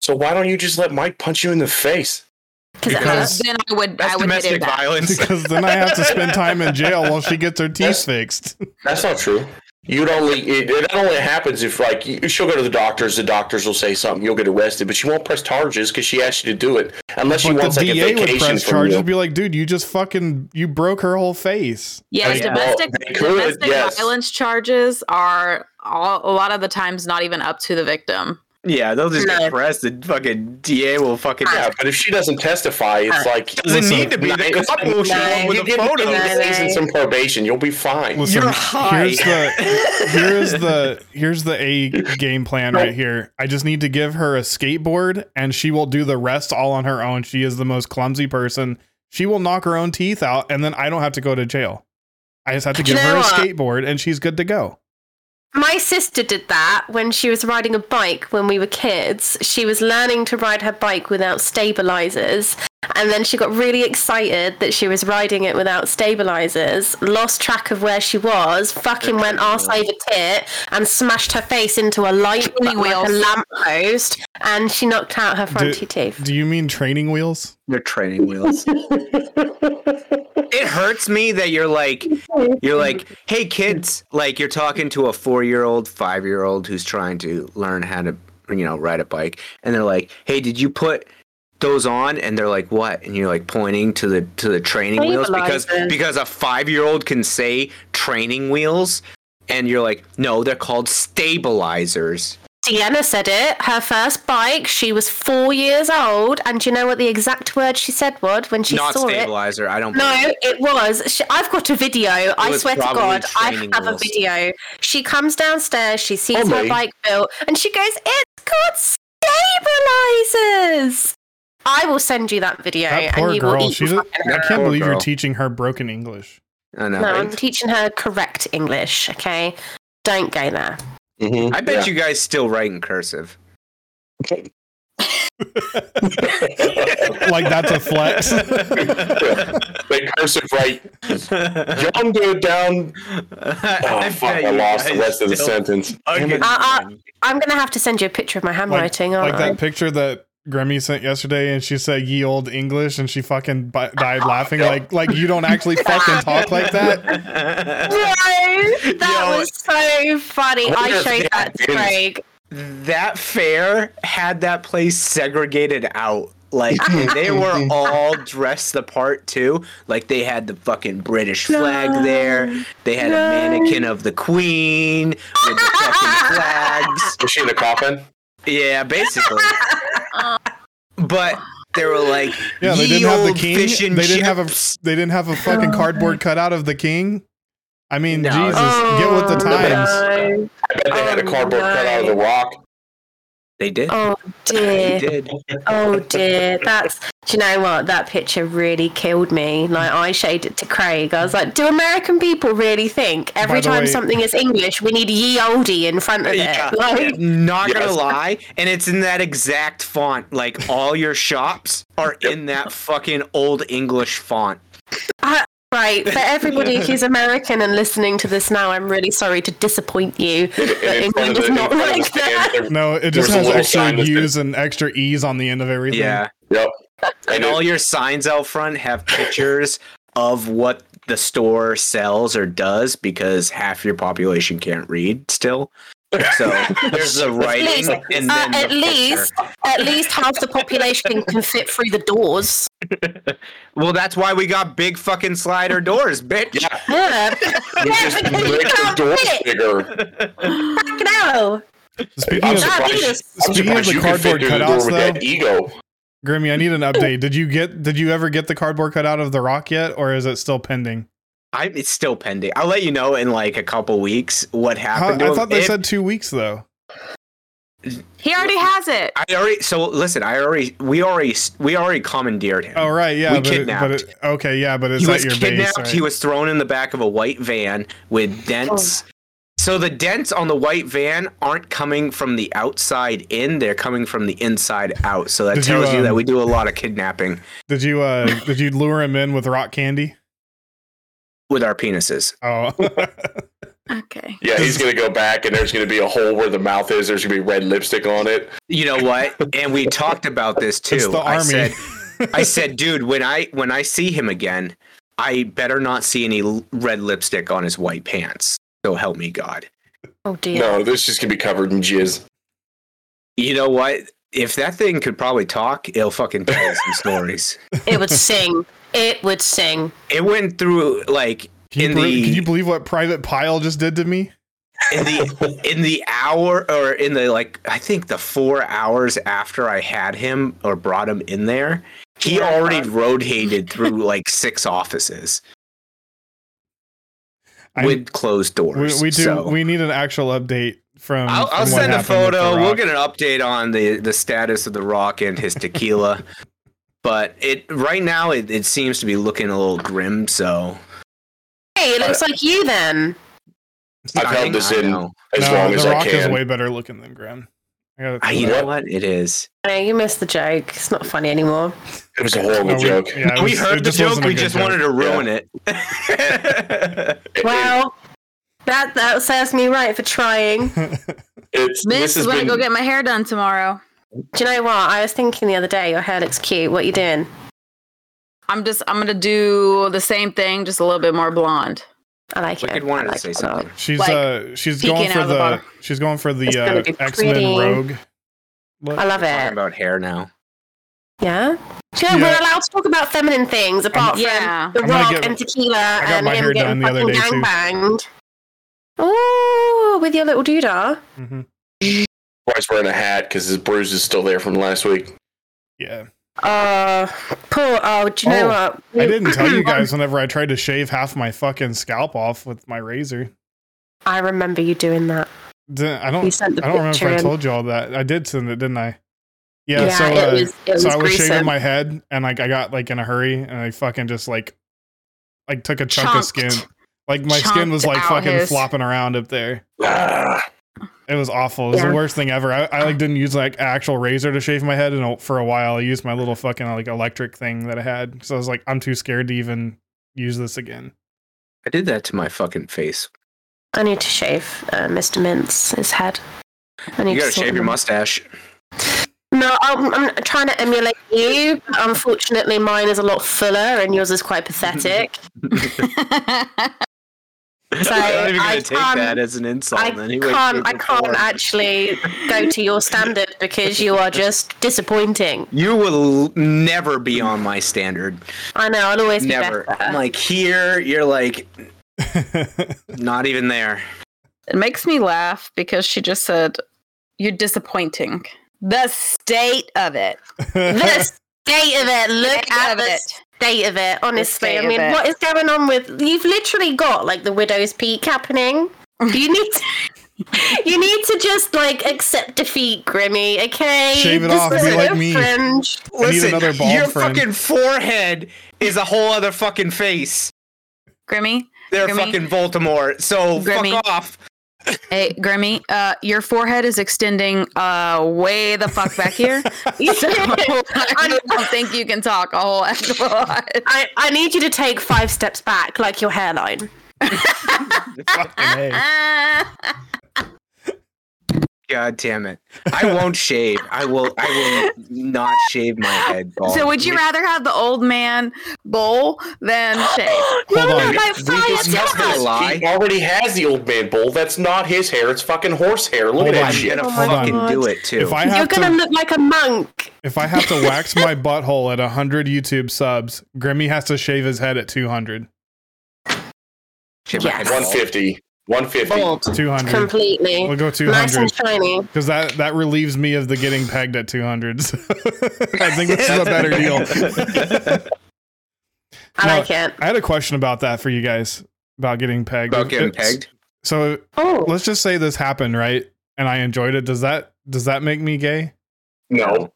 Speaker 4: So why don't you just let Mike punch you in the face?
Speaker 1: Because-
Speaker 5: Because then I would
Speaker 2: That's
Speaker 5: I would hit him
Speaker 2: domestic
Speaker 5: back.
Speaker 2: violence.
Speaker 1: because then I have to spend time in jail while she gets her teeth fixed.
Speaker 4: That's not true. You'd only it, it only happens if like you, she'll go to the doctors. The doctors will say something. You'll get arrested, but she won't press charges because she asked you to do it unless she
Speaker 1: But
Speaker 4: wants
Speaker 1: the
Speaker 4: like a
Speaker 1: DA would
Speaker 4: vacation
Speaker 1: press
Speaker 4: from
Speaker 1: charges
Speaker 4: you.
Speaker 1: and be like, dude, you just fucking you broke her whole face.
Speaker 5: Yes,
Speaker 4: Yeah.
Speaker 5: domestic,
Speaker 4: Well, they could,
Speaker 5: domestic
Speaker 4: yes.
Speaker 5: violence charges are all, a lot of the times not even up to the victim.
Speaker 2: yeah, they'll just
Speaker 3: No.
Speaker 2: get pressed. The fucking DA will fucking.
Speaker 4: Yeah, but if she doesn't testify, it's like
Speaker 2: Doesn't
Speaker 1: Listen,
Speaker 2: need to be.
Speaker 4: Nah,
Speaker 2: The
Speaker 4: it's-
Speaker 2: cop will show up
Speaker 3: nah,
Speaker 2: with
Speaker 4: you
Speaker 2: a
Speaker 4: get
Speaker 2: photo.
Speaker 3: nah,
Speaker 4: eight days and some probation. You'll be fine.
Speaker 1: Listen,
Speaker 2: You're high.
Speaker 1: here's the here's the here's the A game plan right here. I just need to give her a skateboard and she will do the rest all on her own. She is the most clumsy person. She will knock her own teeth out and then I don't have to go to jail. I just have to
Speaker 3: Do you
Speaker 1: give her
Speaker 3: know
Speaker 1: a
Speaker 3: what?
Speaker 1: skateboard and she's good to go.
Speaker 3: My sister did that when she was riding a bike when we were kids. She was learning to ride her bike without stabilizers. And then she got really excited that she was riding it without stabilizers, lost track of where she was, fucking went arse over tit, and smashed her face into a light
Speaker 5: Training
Speaker 3: like a
Speaker 5: wheels.
Speaker 3: lamppost, and she knocked out her front two teeth.
Speaker 1: Do you mean training wheels?
Speaker 2: They're training wheels. it hurts me that you're like, you're like, hey kids, like you're talking to a four year old, five year old who's trying to learn how to, you know, ride a bike, and they're like, hey, did you put those on? And they're like, what? And you're like pointing to the to the training wheels because
Speaker 3: Stabilizers.
Speaker 2: because a five year old can say training wheels, and you're like, no, they're called stabilizers.
Speaker 3: Deanna said it. Her first bike, she was four years old, and do you know what the exact word she said was when she
Speaker 2: Not
Speaker 3: saw it?
Speaker 2: stabilizer. I don't. believe
Speaker 3: No,
Speaker 2: it.
Speaker 3: it was. She, I've got a video. I
Speaker 2: was
Speaker 3: swear to
Speaker 2: probably
Speaker 3: God, I
Speaker 2: training
Speaker 3: have
Speaker 2: wheels.
Speaker 3: a video. She comes downstairs. She sees
Speaker 4: Oh,
Speaker 3: her
Speaker 4: mate.
Speaker 3: bike built, and she goes, "It's called stabilizers." I will send you that video,
Speaker 1: That poor
Speaker 3: and you
Speaker 1: girl.
Speaker 3: will eat
Speaker 1: She
Speaker 3: your
Speaker 1: did-
Speaker 3: fucking
Speaker 1: I
Speaker 3: heart
Speaker 1: can't
Speaker 2: Poor
Speaker 1: believe you're
Speaker 2: girl.
Speaker 1: teaching her broken English.
Speaker 2: I know.
Speaker 3: out. No,
Speaker 2: right?
Speaker 3: I'm teaching her correct English. Okay, don't go there.
Speaker 4: Mhm.
Speaker 2: I bet
Speaker 4: Yeah.
Speaker 2: you guys still write in cursive.
Speaker 1: Like that's a flex.
Speaker 4: They cursive right. Young dude down. Oh, fuck, I lost the rest of the sentence. Damn it.
Speaker 3: Uh, I'm gonna have to send you a picture of my handwriting. aren't
Speaker 1: like
Speaker 3: I?
Speaker 1: that picture that Grammy sent yesterday, and she said "ye old English," and she fucking bi- died laughing.
Speaker 4: Yeah.
Speaker 1: Like, like you don't actually fucking talk like that.
Speaker 3: uh,
Speaker 2: that.
Speaker 3: Bro, that
Speaker 2: Yo.
Speaker 3: was so funny.
Speaker 4: I
Speaker 3: I
Speaker 4: wonder if
Speaker 3: showed
Speaker 4: they
Speaker 3: that
Speaker 4: had
Speaker 3: to
Speaker 4: bins.
Speaker 3: Craig.
Speaker 2: That fair had that place segregated out. Like they were all dressed the part too. Like they had the fucking British flag there. They had a mannequin of the Queen with the fucking flags.
Speaker 4: Was she in a coffin?
Speaker 2: Yeah, basically. but they were like,
Speaker 1: Yeah, they
Speaker 2: "Ye
Speaker 1: didn't have the
Speaker 2: olde
Speaker 1: king. They
Speaker 2: Fish and
Speaker 1: didn't have a.
Speaker 2: chips."
Speaker 1: They didn't have a fucking cardboard cutout of the king. I mean,
Speaker 2: No.
Speaker 1: Jesus, get with the
Speaker 3: Oh,
Speaker 1: times.
Speaker 3: no.
Speaker 4: I bet they had a
Speaker 3: Oh,
Speaker 4: cardboard
Speaker 3: no.
Speaker 4: cutout of the rock.
Speaker 2: They did.
Speaker 3: Oh
Speaker 2: They
Speaker 3: dear.
Speaker 2: did.
Speaker 3: Oh dear. That's do you know what? That picture really killed me. Like I showed it to Craig. I was like, do American people really think
Speaker 1: By
Speaker 3: every
Speaker 1: the
Speaker 3: time
Speaker 1: way-
Speaker 3: something is English we need ye oldie in front of
Speaker 2: Yeah.
Speaker 3: it? Like,
Speaker 2: Not gonna
Speaker 4: Yes.
Speaker 2: lie, and it's in that exact font. Like all your shops are in that fucking old English font.
Speaker 3: Right, for everybody who's American and listening to this now, I'm really sorry to disappoint you. But
Speaker 4: And in front
Speaker 3: England
Speaker 4: of the-
Speaker 3: is
Speaker 4: in
Speaker 3: not
Speaker 4: front of the
Speaker 3: like that.
Speaker 4: stand, there-
Speaker 1: No, it just
Speaker 4: There's a
Speaker 1: has
Speaker 4: little sign
Speaker 1: extra
Speaker 4: that says-
Speaker 1: U's and extra E's on the end of everything.
Speaker 2: Yeah,
Speaker 4: Yep.
Speaker 2: and all your signs out front have pictures of what the store sells or does because half your population can't read still. So there's the writing
Speaker 3: least-
Speaker 2: and then
Speaker 3: Uh,
Speaker 2: the
Speaker 3: at least,
Speaker 2: picture.
Speaker 3: at least half the population can fit through the doors.
Speaker 2: Well, that's why we got big fucking slider doors, bitch.
Speaker 4: Yeah.
Speaker 3: Yeah,
Speaker 4: You
Speaker 3: yeah
Speaker 4: just
Speaker 3: because you
Speaker 4: make the
Speaker 3: can't
Speaker 4: doors
Speaker 3: fit.
Speaker 4: bigger.
Speaker 3: Fucking hell.
Speaker 1: Speaking
Speaker 4: I'm
Speaker 1: of,
Speaker 3: surprised-
Speaker 4: surprised, I'm
Speaker 1: Speaking of
Speaker 4: surprised
Speaker 1: the
Speaker 4: you can
Speaker 1: cardboard
Speaker 4: fit through the
Speaker 1: cutouts,
Speaker 4: door with
Speaker 1: though.
Speaker 4: that ego.
Speaker 1: Grimmy, I need an update. Did you get? Did you ever get the cardboard cutout of the rock yet, or is it still pending?
Speaker 2: I, it's still pending. I'll let you know in like a couple weeks what happened.
Speaker 1: Huh,
Speaker 2: to
Speaker 1: I
Speaker 2: him.
Speaker 1: thought they
Speaker 2: If-
Speaker 1: said two weeks though.
Speaker 5: He already has it.
Speaker 2: I already. So listen, I already. We already. We already commandeered him.
Speaker 1: Oh right, yeah,
Speaker 2: We
Speaker 1: but, it, but
Speaker 2: kidnapped.
Speaker 1: it, okay, yeah, but it's
Speaker 2: he
Speaker 1: at
Speaker 2: was
Speaker 1: your
Speaker 2: kidnapped.
Speaker 1: base. Right?
Speaker 2: He was thrown in the back of a white van with dents. So the dents on the white van aren't coming from the outside in; they're coming from the inside out. So that
Speaker 1: Did you,
Speaker 2: tells you, that
Speaker 1: um,
Speaker 2: we do a lot of kidnapping
Speaker 1: Did you uh did you lure him in with rock candy?
Speaker 2: with our penises.
Speaker 1: Oh,
Speaker 5: Okay.
Speaker 4: Yeah, he's gonna go back, and there's gonna be a hole where the mouth is. There's gonna be red lipstick on it.
Speaker 2: You know what? and we talked about this too.
Speaker 1: it's the
Speaker 2: I
Speaker 1: army.
Speaker 2: said, I said, dude, when I when I see him again, I better not see any l- red lipstick on his white pants. So help me God.
Speaker 3: Oh dear.
Speaker 4: No, this is gonna be covered in jizz.
Speaker 2: You know what? If that thing could probably talk, it'll fucking tell us some stories.
Speaker 3: It would sing. It would sing.
Speaker 2: It went through like
Speaker 1: can, you
Speaker 2: in
Speaker 1: believe-
Speaker 2: the-
Speaker 1: can you believe what Private Pyle just did to me?
Speaker 2: in the in the hour or in the like I think the four hours after I had him or brought him in there, he
Speaker 5: Yeah,
Speaker 2: already
Speaker 5: God.
Speaker 2: road hated through like six offices
Speaker 1: I-
Speaker 2: with closed
Speaker 1: we,
Speaker 2: doors.
Speaker 1: we do.
Speaker 2: So.
Speaker 1: We need an actual update from.
Speaker 2: I'll,
Speaker 1: from
Speaker 2: I'll
Speaker 1: what
Speaker 2: send
Speaker 1: happened
Speaker 2: a
Speaker 1: with The
Speaker 2: photo. We'll
Speaker 1: Rock.
Speaker 2: get an update on the, the status of the Rock and his tequila, but it right now it, it seems to be looking a little grim. So
Speaker 3: Hey, it
Speaker 2: Uh,
Speaker 3: looks like you then.
Speaker 4: I've
Speaker 2: I
Speaker 4: held
Speaker 2: think-
Speaker 4: this
Speaker 2: I
Speaker 4: in
Speaker 2: know.
Speaker 4: As
Speaker 1: No,
Speaker 4: long as
Speaker 1: the
Speaker 4: I
Speaker 1: rock is
Speaker 4: can.
Speaker 1: way better looking than Grim. I gotta
Speaker 2: I-
Speaker 1: throw
Speaker 2: you
Speaker 1: that-
Speaker 2: know what? It is.
Speaker 3: No, you missed the joke. It's not funny anymore.
Speaker 4: It was a horrible
Speaker 1: No, we-
Speaker 4: joke.
Speaker 1: yeah, it
Speaker 2: we
Speaker 1: was- it
Speaker 2: heard the
Speaker 1: just wasn't
Speaker 2: joke.
Speaker 1: a
Speaker 2: We
Speaker 1: good
Speaker 2: just
Speaker 1: joke.
Speaker 2: wanted to ruin it.
Speaker 4: It-
Speaker 3: Well, that that serves me right for trying.
Speaker 4: it's,
Speaker 5: Miss
Speaker 4: this has
Speaker 5: is when
Speaker 4: been
Speaker 5: I go get my hair done tomorrow.
Speaker 3: Do you know what? I was thinking the other day, your hair looks cute. What you doing?
Speaker 5: I'm just I'm gonna do the same thing, just a little bit more blonde.
Speaker 3: I like it.
Speaker 2: Wicked
Speaker 3: I
Speaker 2: wanted
Speaker 3: like
Speaker 2: to say
Speaker 3: it a lot.
Speaker 2: something.
Speaker 1: She's
Speaker 5: like,
Speaker 1: uh she's
Speaker 5: peeking
Speaker 1: going
Speaker 5: out
Speaker 1: for
Speaker 5: of the
Speaker 1: the,
Speaker 5: bottom.
Speaker 1: she's going for the
Speaker 3: It's gonna
Speaker 1: uh,
Speaker 3: be
Speaker 1: X Men
Speaker 3: pretty.
Speaker 1: Rogue. Look.
Speaker 3: I love
Speaker 2: We're talking
Speaker 3: it.
Speaker 2: about hair now.
Speaker 3: Yeah. Do you know,
Speaker 1: Yeah.
Speaker 3: We're allowed to talk about feminine things apart from
Speaker 5: Yeah.
Speaker 3: the
Speaker 1: I'm gonna
Speaker 3: rock
Speaker 1: get-
Speaker 3: and tequila
Speaker 1: got
Speaker 3: and
Speaker 1: my hair
Speaker 3: him
Speaker 1: done
Speaker 3: getting
Speaker 1: the other
Speaker 3: fucking
Speaker 1: day, too.
Speaker 3: gangbanged. Oh, with your little doodah.
Speaker 1: Mhm.
Speaker 4: Bryce wearing a hat because his bruise is still there from last week.
Speaker 1: Yeah,
Speaker 3: Uh, poor. Oh, do you know
Speaker 1: Oh,
Speaker 3: what?
Speaker 1: I didn't tell you guys whenever I tried to shave half my fucking scalp off with my razor.
Speaker 3: I remember you doing that.
Speaker 1: Didn't- I
Speaker 3: You
Speaker 1: don't
Speaker 3: sent the
Speaker 1: I don't remember if
Speaker 3: picture
Speaker 1: I
Speaker 3: in.
Speaker 1: told you all that. I did send it, didn't I? Yeah.
Speaker 3: Yeah,
Speaker 1: so
Speaker 3: it
Speaker 1: uh,
Speaker 3: was- it
Speaker 1: so
Speaker 3: was
Speaker 1: I was shaving
Speaker 3: gruesome.
Speaker 1: my head and like I got like in a hurry and I fucking just like like took a chunk of skin.
Speaker 5: Chunked.
Speaker 1: Like my skin was
Speaker 5: Chunked
Speaker 1: like
Speaker 5: out
Speaker 1: fucking
Speaker 5: his-
Speaker 1: flopping around up there.
Speaker 4: Ah,
Speaker 1: It was awful. It was
Speaker 3: Yeah.
Speaker 1: the worst thing ever. I, I like didn't use like actual razor to shave my head, and uh, for a while I used my little fucking like electric thing that I had. So I was like, I'm too scared to even use this again.
Speaker 2: I did that to my fucking face.
Speaker 3: I need to shave uh, Mr. Mince's head. I need
Speaker 2: You gotta
Speaker 3: to sort
Speaker 2: shave your
Speaker 3: them.
Speaker 2: mustache.
Speaker 3: No, I'm, I'm trying to emulate you. But unfortunately, mine is a lot fuller, and yours is quite pathetic.
Speaker 2: I'm not even gonna
Speaker 3: I
Speaker 2: take
Speaker 3: can't-
Speaker 2: that as an insult.
Speaker 3: I
Speaker 2: in any way, shape,
Speaker 3: can't. I
Speaker 2: or
Speaker 3: can't
Speaker 2: form.
Speaker 3: actually go to your standard because you are just disappointing.
Speaker 2: You will never be on my standard.
Speaker 3: I know. I'll always be
Speaker 2: Never.
Speaker 3: better.
Speaker 2: I'm like here. You're like not even there.
Speaker 5: It makes me laugh because she just said, You're disappointing. The state of it.
Speaker 3: the state of it. Look
Speaker 5: State
Speaker 3: at
Speaker 5: of
Speaker 3: the
Speaker 5: it.
Speaker 3: state of it. Honestly,
Speaker 5: state
Speaker 3: I
Speaker 5: of
Speaker 3: mean,
Speaker 5: it.
Speaker 3: what is going on with? You've literally got like the widow's peak happening. You need. To, You need to just like accept defeat, Grimmy. Okay.
Speaker 1: Shave it
Speaker 3: This
Speaker 1: off, be
Speaker 3: isn't
Speaker 1: like
Speaker 3: a
Speaker 1: me.
Speaker 3: Fringe.
Speaker 1: I need
Speaker 2: Listen,
Speaker 1: another bald
Speaker 2: your
Speaker 1: friend.
Speaker 2: fucking forehead is a whole other fucking face.
Speaker 5: Grimmy,
Speaker 2: They're
Speaker 5: Grimmy.
Speaker 2: fucking Baltimore. So
Speaker 5: Grimmy.
Speaker 2: fuck off.
Speaker 5: hey Grimmy, uh, your forehead is extending uh way the fuck back here. so I don't think you can talk a whole heck of a lot.
Speaker 3: I, I need you to take five steps back, like your hairline.
Speaker 1: Fucking A.
Speaker 2: God damn it. I won't shave. I will I will not shave my head bald.
Speaker 5: So would you rather have the old man bowl than shave?
Speaker 3: no, no,
Speaker 1: on.
Speaker 3: no, five
Speaker 2: It's not
Speaker 3: steps.
Speaker 2: gonna lie.
Speaker 4: He already has the old man bowl. That's not his hair. It's fucking horse hair. Look
Speaker 1: Hold on.
Speaker 4: at that
Speaker 2: I'm
Speaker 4: shit.
Speaker 2: gonna
Speaker 3: Oh my
Speaker 2: fucking
Speaker 3: God.
Speaker 2: do it too.
Speaker 1: If I
Speaker 3: You're
Speaker 1: have
Speaker 3: gonna
Speaker 1: to,
Speaker 3: look like a monk.
Speaker 1: if I have to wax my butthole at hundred YouTube subs, Grimmy has to shave his head at 200.
Speaker 2: Shave my head
Speaker 3: Yes.
Speaker 2: bald.
Speaker 4: 150. 150.
Speaker 3: Bald.
Speaker 1: 200.
Speaker 3: Completely.
Speaker 1: We'll go
Speaker 3: Nice
Speaker 1: 200
Speaker 3: and shiny.
Speaker 1: because that that relieves me of the getting pegged at 200. So I think this is a better deal.
Speaker 3: I
Speaker 1: No.
Speaker 3: like it.
Speaker 1: I had a question about that for you guys about getting pegged.
Speaker 2: About getting
Speaker 1: It's-
Speaker 2: pegged.
Speaker 1: So
Speaker 3: Oh,
Speaker 1: let's just say this happened, right? And I enjoyed it. Does that does that make me gay?
Speaker 4: No.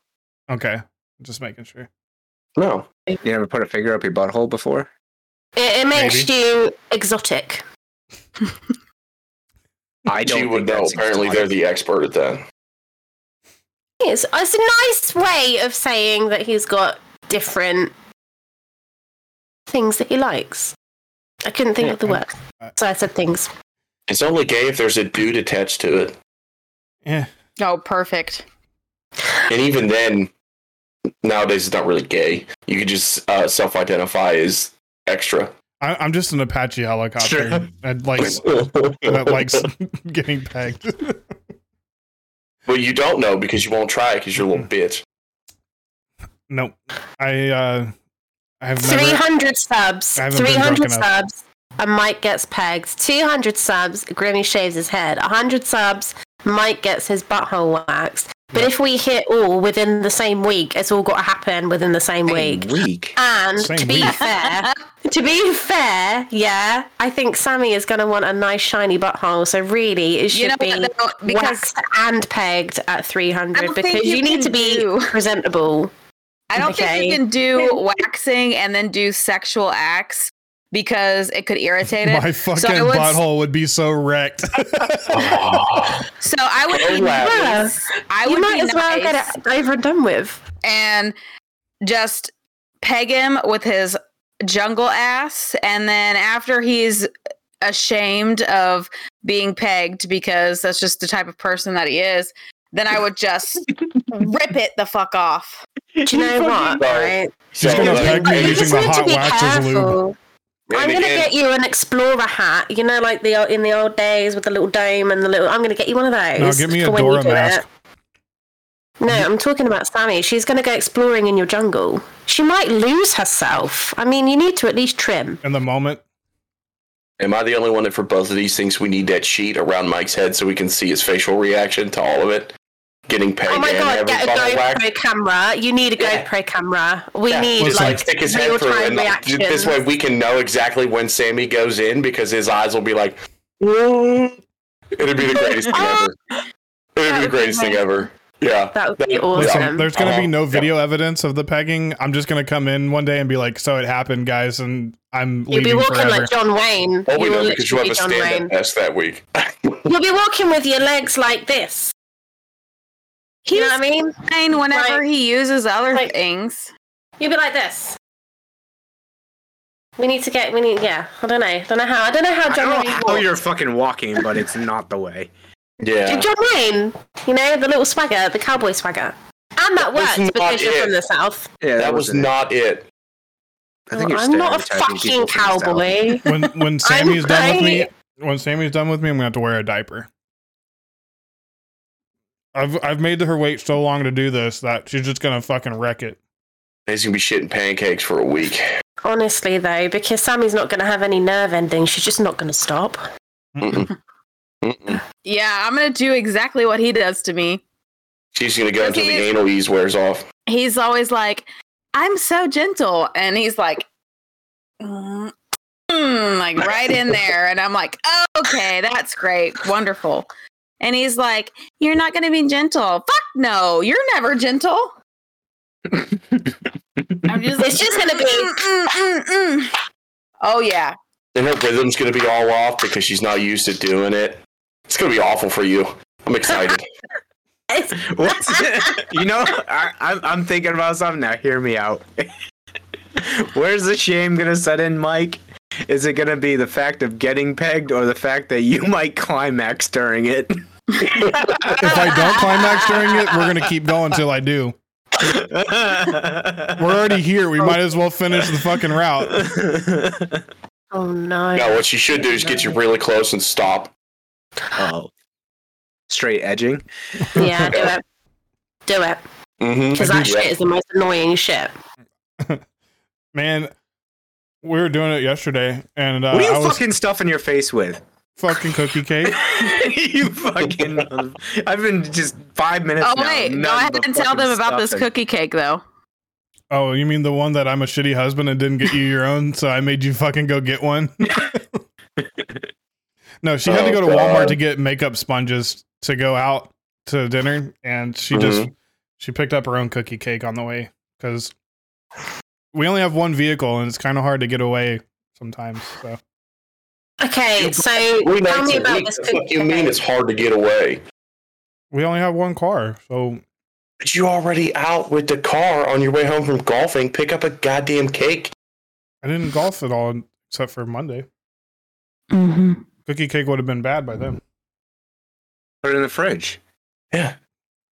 Speaker 1: Okay, just making sure.
Speaker 4: No.
Speaker 2: You never put a finger up your butthole before?
Speaker 3: it, it makes
Speaker 1: Maybe.
Speaker 3: you exotic.
Speaker 2: I
Speaker 4: She
Speaker 2: don't
Speaker 4: would
Speaker 2: think
Speaker 4: know.
Speaker 2: that's
Speaker 4: Apparently, they're the expert at that.
Speaker 3: Yes, it's a nice way of saying that he's got different things that he likes. I couldn't think of the word,
Speaker 1: I-
Speaker 3: so I said things.
Speaker 4: It's only gay if there's a dude attached to it.
Speaker 1: Yeah,
Speaker 5: Oh, perfect.
Speaker 4: And even then, nowadays it's not really gay. You could just uh, self identify as extra.
Speaker 1: I, I'm just an Apache helicopter.
Speaker 2: Sure.
Speaker 1: I'd like that likes getting pegged.
Speaker 4: But you don't know because you won't try because you're a little bitch.
Speaker 1: nope. I uh, I have
Speaker 3: Three
Speaker 1: never.
Speaker 3: hundred subs.
Speaker 1: I haven't been
Speaker 3: Three hundred
Speaker 1: drunk enough.
Speaker 3: subs. And Mike gets pegged. Two hundred subs. Grimmy shaves his head. hundred subs. Mike gets his butthole waxed. But if we hit all within the same week, it's all got to happen within the same week.
Speaker 2: Weak.
Speaker 3: And
Speaker 1: Same
Speaker 3: to be
Speaker 1: week.
Speaker 3: fair, to be fair, yeah, I think Sammy is going to want a nice shiny butthole. So really, it should
Speaker 5: You know
Speaker 3: be
Speaker 5: what, though, because
Speaker 3: waxed and pegged at
Speaker 5: I
Speaker 3: 300
Speaker 5: don't
Speaker 3: because
Speaker 5: think
Speaker 3: you,
Speaker 5: you
Speaker 3: need to
Speaker 5: can
Speaker 3: be
Speaker 5: do-
Speaker 3: presentable.
Speaker 5: I don't think
Speaker 3: Okay.
Speaker 5: you can do waxing and then do sexual acts because it could irritate it.
Speaker 1: My fucking
Speaker 5: I would-
Speaker 1: butthole would be so wrecked.
Speaker 5: So I would be
Speaker 4: Oh, wow.
Speaker 5: nice. I would
Speaker 3: you might
Speaker 5: be
Speaker 3: as well
Speaker 5: nice
Speaker 3: get it over and done with.
Speaker 5: and just peg him with his jungle ass, and then after he's ashamed of being pegged because that's just the type of person that he is, then I would just rip it the fuck off.
Speaker 3: Do you know what?
Speaker 4: don't.
Speaker 3: Right?
Speaker 1: She's gonna peg
Speaker 4: like-
Speaker 1: me
Speaker 4: uh, and
Speaker 3: You
Speaker 1: using
Speaker 3: just
Speaker 1: the
Speaker 3: need to
Speaker 1: hot
Speaker 3: be
Speaker 1: wax as lube.
Speaker 3: careful. I'm gonna
Speaker 4: again,
Speaker 3: get you an explorer hat. You know, like the old- in the old days with the little dome and the little. I'm gonna get you one of those.
Speaker 1: No, get me a
Speaker 3: for when you
Speaker 1: Dora
Speaker 3: do
Speaker 1: mask.
Speaker 3: it. No, I'm talking about Sammy. She's gonna go exploring in your jungle. She might lose herself. I mean, you need to at least trim.
Speaker 1: In the moment,
Speaker 4: Am I the only one that for both of these things we need that sheet around Mike's head so we can see his facial reaction to all of it? Getting paid
Speaker 3: Oh my
Speaker 4: and
Speaker 3: god,
Speaker 4: having
Speaker 3: get a
Speaker 4: fun whack.
Speaker 3: GoPro camera. You need a
Speaker 4: Yeah.
Speaker 3: GoPro camera. We
Speaker 4: Yeah,
Speaker 3: need
Speaker 4: just like
Speaker 3: like,
Speaker 4: stick his head
Speaker 3: real
Speaker 4: through, and
Speaker 3: time
Speaker 4: like,
Speaker 3: reactions.
Speaker 4: this way we can know exactly when Sammy goes in because his eyes will be like, "Mm." it'd be the greatest thing ever. It'd be
Speaker 3: Oh. would
Speaker 4: the
Speaker 3: be
Speaker 4: greatest thing
Speaker 3: great.
Speaker 4: ever. Yeah,
Speaker 3: That would be
Speaker 1: Listen,
Speaker 3: awesome.
Speaker 1: there's going to be no
Speaker 4: Uh-huh.
Speaker 1: video evidence of the pegging. I'm just going to come in one day and be like, "So it happened, guys," and I'm
Speaker 3: You'll be
Speaker 1: leaving
Speaker 3: walking
Speaker 1: forever.
Speaker 3: like John Wayne.
Speaker 4: Well, we
Speaker 3: you will
Speaker 4: know because you
Speaker 3: literally
Speaker 4: have
Speaker 3: be
Speaker 4: a
Speaker 3: John Wayne.
Speaker 4: stand-up test that week.
Speaker 3: You'll be walking with your legs like this. You know
Speaker 5: He's
Speaker 3: what I mean?
Speaker 5: fine whenever
Speaker 3: Like-
Speaker 5: he uses other
Speaker 3: like-
Speaker 5: things.
Speaker 3: You'll be like this. We need to get. We need. Yeah. I don't know. I don't know how. I don't know how
Speaker 2: I
Speaker 3: John
Speaker 2: don't know
Speaker 3: Wayne.
Speaker 2: how
Speaker 3: walked.
Speaker 2: you're fucking walking, but it's not the way.
Speaker 4: Yeah,
Speaker 3: John Wayne. You know the little swagger, the cowboy swagger. And that
Speaker 4: was
Speaker 3: works
Speaker 4: not
Speaker 3: because you're
Speaker 4: it.
Speaker 3: from the south.
Speaker 2: Yeah,
Speaker 4: that was
Speaker 2: wasn't it.
Speaker 4: not it.
Speaker 2: I think you're
Speaker 3: I'm not a
Speaker 2: stereotyping
Speaker 3: fucking
Speaker 2: people from the South.
Speaker 3: cowboy.
Speaker 1: when when Sammy's
Speaker 3: I'm
Speaker 1: done with me,
Speaker 3: right.
Speaker 1: when Sammy's done with me, I'm going to have to wear a diaper. I've I've made her wait so long to do this that she's just going to fucking wreck it.
Speaker 4: He's gonna be shitting pancakes for a week.
Speaker 3: Honestly, though, because Sammy's not going to have any nerve endings, she's just not going to stop.
Speaker 4: Mm-mm. Mm-mm.
Speaker 5: Yeah, I'm gonna do exactly what he does to me.
Speaker 4: She's gonna go until the
Speaker 5: Okay.
Speaker 4: anal ease wears off.
Speaker 5: He's always like, "I'm so gentle," and he's like, mm, mm, like right in there, and I'm like, oh, "Okay, that's great, wonderful." And he's like, You're not going to be gentle. Fuck no, you're never gentle.
Speaker 6: I'm just
Speaker 3: It's just gonna be.
Speaker 5: "Mm, Oh, yeah.
Speaker 4: And her rhythm's gonna be all off because she's not used to doing it. It's gonna be awful for you. I'm excited.
Speaker 3: Oh,
Speaker 2: What's you know, I, I'm I'm thinking about something now. Hear me out. Where's the shame gonna set in, Mike? Is it gonna be the fact of getting pegged or the fact that you might climax during it?
Speaker 1: If I don't climax during it, we're gonna keep going till I do. We're already here. We might as well finish the fucking route.
Speaker 3: Oh no.
Speaker 4: no, what you should do is get you really close and stop.
Speaker 2: oh. Straight edging.
Speaker 3: Yeah, do it. Do it.
Speaker 4: Mm-hmm.
Speaker 3: Because that shit is the most annoying shit.
Speaker 1: Man, we were doing it yesterday, and uh,
Speaker 2: what are
Speaker 1: I
Speaker 2: you
Speaker 1: was
Speaker 2: fucking stuffing your face with?
Speaker 1: fucking cookie cake.
Speaker 2: you fucking. I've been just five minutes.
Speaker 5: Oh,
Speaker 2: now,
Speaker 5: wait. Go
Speaker 2: none
Speaker 5: ahead
Speaker 2: but
Speaker 5: and tell
Speaker 2: fucking
Speaker 5: them about this
Speaker 2: stuffing.
Speaker 5: cookie cake, though.
Speaker 1: Oh, you mean the one that I'm a shitty husband and didn't get you your own, so I made you fucking go get one? no, she had to go to
Speaker 4: Oh,
Speaker 1: Walmart
Speaker 4: God.
Speaker 1: to get makeup sponges to go out to dinner, and she
Speaker 4: Mm-hmm.
Speaker 1: just she picked up her own cookie cake on the way because we only have one vehicle and it's kind of hard to get away sometimes. So
Speaker 3: Okay, so
Speaker 4: We
Speaker 3: tell
Speaker 4: like
Speaker 3: me
Speaker 4: to
Speaker 3: about
Speaker 4: eat.
Speaker 3: this
Speaker 4: That's what
Speaker 3: cookie
Speaker 4: you mean
Speaker 3: cake.
Speaker 4: it's hard to get away.
Speaker 1: we only have one car, so
Speaker 4: But you already out with the car on your way home from golfing. Pick up a goddamn cake.
Speaker 1: I didn't golf at all except for Monday.
Speaker 5: Mm-hmm.
Speaker 1: Cookie cake would have been bad by then.
Speaker 2: Put it in the fridge.
Speaker 4: Yeah.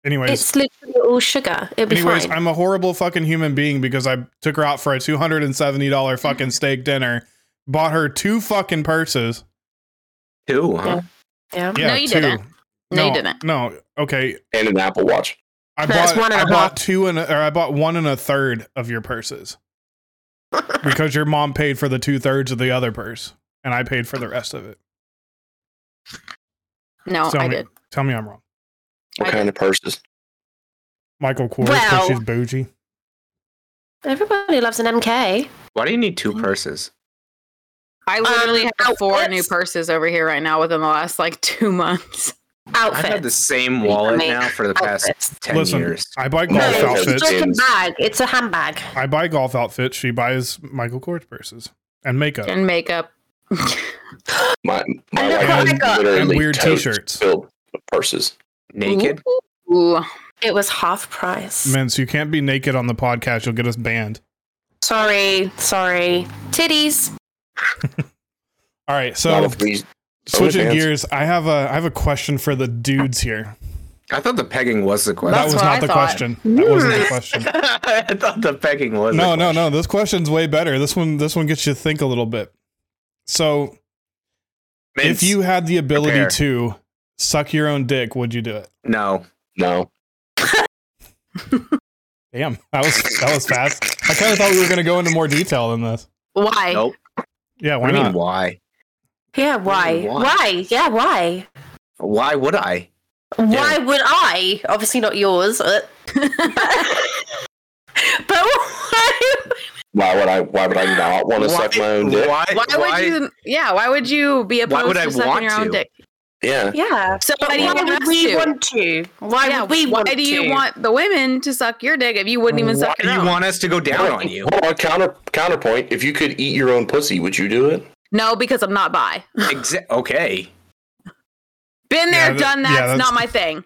Speaker 1: Anyways,
Speaker 3: It's literally all sugar. It'll be
Speaker 1: Anyways,
Speaker 3: fine.
Speaker 1: I'm a horrible fucking human being because I took her out for a two hundred and seventy dollar fucking steak dinner, bought her two fucking purses.
Speaker 2: Two, huh?
Speaker 3: yeah.
Speaker 1: Yeah,
Speaker 5: No, you
Speaker 1: 2
Speaker 5: didn't. No, you didn't.
Speaker 1: No, okay.
Speaker 4: And an Apple Watch.
Speaker 1: I
Speaker 3: No, it's
Speaker 1: bought
Speaker 3: one and
Speaker 1: I
Speaker 3: a
Speaker 1: bought
Speaker 3: half.
Speaker 1: two and a, or I bought one and a third of your purses because your mom paid for the two thirds of the other purse and I paid for the rest of it.
Speaker 5: No,
Speaker 1: tell
Speaker 5: Oh, I
Speaker 1: me,
Speaker 5: did.
Speaker 1: Tell me I'm wrong.
Speaker 4: What
Speaker 5: I
Speaker 4: kind of purses?
Speaker 1: Michael Kors, 'cause
Speaker 3: Well-
Speaker 1: she's bougie.
Speaker 3: Everybody loves an MK.
Speaker 2: Why do you need two purses?
Speaker 5: I literally
Speaker 3: Um,
Speaker 5: have four new
Speaker 3: outfits?
Speaker 5: purses over here right now within the last like two months.
Speaker 2: I've had the
Speaker 3: Outfits.
Speaker 2: same wallet
Speaker 3: I mean,
Speaker 2: now for the past
Speaker 3: Outfits.
Speaker 2: ten
Speaker 1: Listen,
Speaker 2: years.
Speaker 1: I buy golf
Speaker 3: No,
Speaker 4: Golf
Speaker 3: it's
Speaker 1: outfits.
Speaker 3: just like a
Speaker 4: outfits.
Speaker 3: bag. It's a handbag.
Speaker 1: I buy golf outfits. She buys Michael Kors purses and makeup.
Speaker 5: And makeup.
Speaker 4: My
Speaker 3: I
Speaker 4: my
Speaker 3: know
Speaker 4: wife
Speaker 1: what I
Speaker 4: has
Speaker 3: got.
Speaker 4: literally
Speaker 1: And weird
Speaker 4: totes
Speaker 1: t-shirts.
Speaker 4: filled with purses.
Speaker 2: Naked.
Speaker 5: Ooh.
Speaker 3: It was half price.
Speaker 1: Mince, you can't be naked on the podcast. You'll get us banned.
Speaker 3: Sorry, sorry. Titties.
Speaker 1: All right,
Speaker 4: Not
Speaker 1: so
Speaker 4: if we-
Speaker 1: switching
Speaker 4: OnlyFans.
Speaker 1: gears, I have a I have a question for the dudes here.
Speaker 2: I thought the pegging was the
Speaker 1: that
Speaker 2: question.
Speaker 5: That's
Speaker 1: was
Speaker 5: what
Speaker 1: not
Speaker 5: I
Speaker 1: the
Speaker 5: thought.
Speaker 1: question. That wasn't the question.
Speaker 2: I thought the pegging was.
Speaker 1: No,
Speaker 2: the
Speaker 1: no,
Speaker 2: question.
Speaker 1: no. This question's way better. This one this one gets you to think a little bit. So, if
Speaker 2: Mince,
Speaker 1: you had the ability
Speaker 2: prepare.
Speaker 1: to suck your own dick, would you do it?
Speaker 2: no,
Speaker 4: no.
Speaker 1: Damn, that was that was fast. I kind of thought we were going to go into more detail than this.
Speaker 5: Why?
Speaker 2: nope.
Speaker 1: Yeah, why
Speaker 2: What do you mean?
Speaker 1: not?
Speaker 2: Why?
Speaker 3: Yeah, why?
Speaker 2: Why?
Speaker 3: Why? Yeah, why?
Speaker 2: Why would I?
Speaker 3: Why would I? Obviously not yours. uh, but why?
Speaker 4: Why would I? Why would I not want to
Speaker 2: why,
Speaker 4: suck my own dick?
Speaker 2: Why,
Speaker 5: Why, would you? Yeah. Why would you be opposed
Speaker 2: would I
Speaker 5: to sucking
Speaker 2: want
Speaker 5: your own
Speaker 2: to?
Speaker 5: dick?
Speaker 4: Yeah,
Speaker 3: Yeah.
Speaker 5: So
Speaker 3: But
Speaker 5: why do you
Speaker 3: why
Speaker 5: want
Speaker 3: would
Speaker 5: us
Speaker 3: we
Speaker 5: to?
Speaker 3: want to? Why
Speaker 5: Yeah,
Speaker 3: would we
Speaker 5: why
Speaker 3: want
Speaker 5: do you
Speaker 3: to?
Speaker 5: want the women to suck your dick if you wouldn't even
Speaker 2: Why
Speaker 5: suck
Speaker 2: do
Speaker 5: your
Speaker 2: you
Speaker 5: own?
Speaker 2: want us to go down on you?
Speaker 4: Hold on, counter counterpoint. If you could eat your own pussy, would you do it?
Speaker 5: no, because I'm not bi.
Speaker 2: Exa- okay.
Speaker 5: Been
Speaker 1: Yeah,
Speaker 5: there,
Speaker 1: that-
Speaker 5: done that.
Speaker 1: yeah, that's-
Speaker 5: it's not my thing.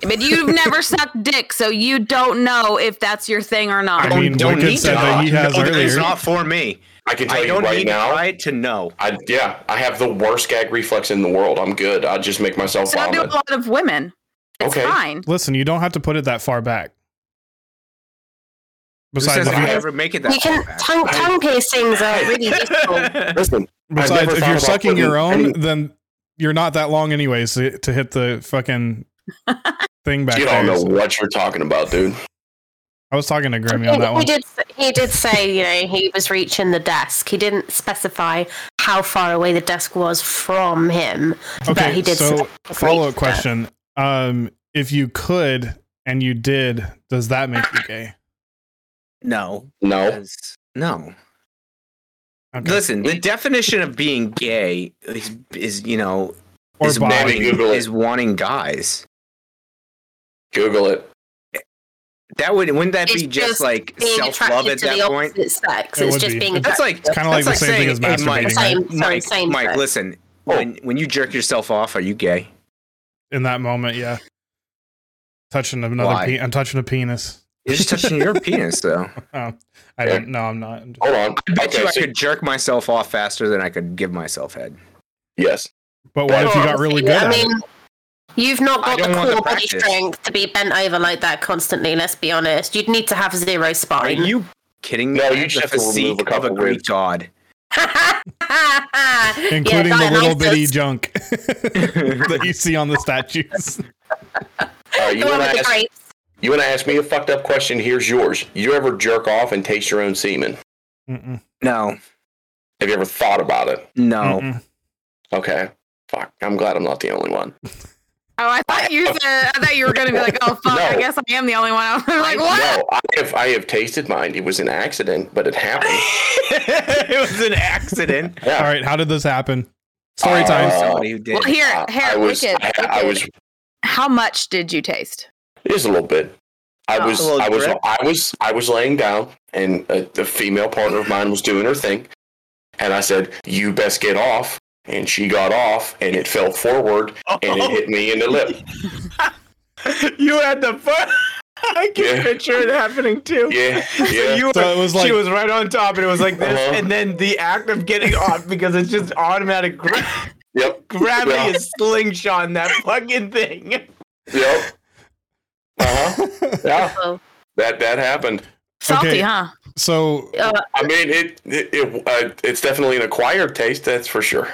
Speaker 5: but you've never sucked dick, so you don't know if that's your thing or not.
Speaker 1: I mean, Wicked said that he has
Speaker 2: No, It's
Speaker 1: earlier.
Speaker 2: not for me.
Speaker 4: I can tell
Speaker 2: I
Speaker 4: you
Speaker 2: don't
Speaker 4: right
Speaker 2: need
Speaker 4: now.
Speaker 2: to try to know.
Speaker 4: I yeah, I have the worst gag reflex in the world. I'm good. I just make myself
Speaker 5: so do a
Speaker 4: vomit.
Speaker 5: lot of women. It's
Speaker 4: Okay.
Speaker 5: fine.
Speaker 1: Listen, you don't have to put it that far back.
Speaker 2: Who says
Speaker 1: Besides, if
Speaker 2: I
Speaker 1: you,
Speaker 3: you-
Speaker 2: ever make it that
Speaker 3: We can
Speaker 2: far
Speaker 3: tongue, tongue piercings are really useful.
Speaker 2: back?
Speaker 4: Listen, I've
Speaker 1: besides
Speaker 4: never
Speaker 1: if
Speaker 4: thought
Speaker 1: you're
Speaker 4: about
Speaker 1: sucking your
Speaker 4: putting
Speaker 1: own
Speaker 4: any-
Speaker 1: then you're not that long anyways to, to hit the fucking thing back
Speaker 4: you
Speaker 1: there
Speaker 4: don't know
Speaker 1: So-
Speaker 4: what you're talking about, dude.
Speaker 1: i was talking to grimmy
Speaker 3: He-
Speaker 1: on that
Speaker 3: he
Speaker 1: one
Speaker 3: did. He did say, you know, he was reaching the desk. He didn't specify how far away the desk was from him, but he did.
Speaker 1: so
Speaker 3: say-
Speaker 1: follow-up question um if you could and you did does that make you gay
Speaker 2: No.
Speaker 4: No,
Speaker 2: because- No.
Speaker 1: okay.
Speaker 2: Listen, the definition of being gay is, is you know,
Speaker 1: Or
Speaker 2: is
Speaker 1: Bobby.
Speaker 2: wanting,
Speaker 4: Google it.
Speaker 2: is wanting guys.
Speaker 4: Google it.
Speaker 2: That would wouldn't that
Speaker 3: It's
Speaker 2: be just,
Speaker 3: just
Speaker 2: like self love at that point?
Speaker 3: opposite sex.
Speaker 1: It
Speaker 3: it's
Speaker 1: would
Speaker 3: just
Speaker 1: be.
Speaker 3: being
Speaker 2: That's like
Speaker 1: It's kind of like
Speaker 2: that's
Speaker 1: the same thing
Speaker 2: saying,
Speaker 1: as
Speaker 2: "Hey, Mike,
Speaker 1: masturbating
Speaker 3: Same,
Speaker 1: right?
Speaker 3: same,
Speaker 2: Mike,
Speaker 3: same
Speaker 2: Mike,
Speaker 3: thing.
Speaker 2: listen.
Speaker 4: Oh,
Speaker 2: When when you jerk yourself off, are you gay?
Speaker 1: in that moment. Yeah, touching another.
Speaker 2: Why?
Speaker 1: Pe- I'm touching a penis.
Speaker 2: You're just touching your penis, though.
Speaker 1: Oh, I
Speaker 4: Yeah.
Speaker 1: don't. No, I'm not. I'm just-
Speaker 4: Hold on.
Speaker 2: I bet
Speaker 4: Okay,
Speaker 2: you I
Speaker 4: so-
Speaker 2: could jerk myself off faster than I could give myself head.
Speaker 4: yes.
Speaker 1: But what if you got really good
Speaker 3: I
Speaker 1: at it?
Speaker 3: mean, you've not
Speaker 2: I
Speaker 3: got the
Speaker 2: don't want the
Speaker 3: core body
Speaker 2: practice.
Speaker 3: strength to be bent over like that constantly. Let's be honest. You'd need to have zero
Speaker 2: Are
Speaker 3: spine.
Speaker 2: you kidding me?
Speaker 4: No, you
Speaker 2: That's the
Speaker 4: just have to remove a
Speaker 2: physique of a
Speaker 4: couple
Speaker 2: Greek
Speaker 4: ribs.
Speaker 2: god.
Speaker 3: Including
Speaker 1: including the little bitty junk that you see on the statues.
Speaker 4: All right, you
Speaker 3: The one
Speaker 4: want
Speaker 3: with
Speaker 4: to
Speaker 3: the
Speaker 4: ask?
Speaker 3: grapes.
Speaker 4: You want to ask me a fucked up question? Here's yours. You ever jerk off and taste your own semen?
Speaker 1: Mm-mm,
Speaker 2: No,
Speaker 4: Have you ever thought about it? Mm-hmm.
Speaker 2: no.
Speaker 1: mm-mm.
Speaker 4: Okay. Fuck. I'm glad I'm not the only one.
Speaker 5: Oh, I thought you said I thought you were gonna be like, oh fuck, I
Speaker 4: No.
Speaker 5: guess I am the only one. I'm
Speaker 2: I-
Speaker 5: like, what?
Speaker 4: No, I have. I have tasted mine. It was an accident, but it happened.
Speaker 2: it was an Oh. accident.
Speaker 1: All
Speaker 4: Yeah.
Speaker 1: right, how did this happen? Story
Speaker 4: Uh,
Speaker 1: time.
Speaker 2: Somebody who did.
Speaker 5: Well, here,
Speaker 4: I-
Speaker 5: here,
Speaker 4: I was.
Speaker 5: wicked,
Speaker 4: I, I
Speaker 5: wicked.
Speaker 4: was.
Speaker 5: How much did you taste?
Speaker 4: Just a little bit. I
Speaker 5: Oh.
Speaker 4: was.
Speaker 2: A little
Speaker 4: I was.
Speaker 2: drip?
Speaker 4: I was. I was laying down, and a, a female partner of mine was doing her thing, and I said, "You best get off." And she got off, and it fell forward, and it hit me in the lip.
Speaker 2: you had the fun. I can
Speaker 4: Yeah.
Speaker 2: picture it happening too.
Speaker 4: Yeah,
Speaker 2: So
Speaker 4: yeah.
Speaker 2: you were,
Speaker 1: So it was
Speaker 2: she
Speaker 1: like-
Speaker 2: was right on top, and it was like this,
Speaker 4: Uh-huh.
Speaker 2: and then the act of getting off because it's just automatic gra-
Speaker 4: yep.
Speaker 2: gravity
Speaker 4: Yeah.
Speaker 2: is slingshotting that fucking thing.
Speaker 4: Yep. Uh huh. Yeah.
Speaker 3: Oh.
Speaker 4: That that happened.
Speaker 5: Salty,
Speaker 1: Okay.
Speaker 5: huh?
Speaker 1: So
Speaker 4: I mean, it it, it uh, it's definitely an acquired taste. That's for sure.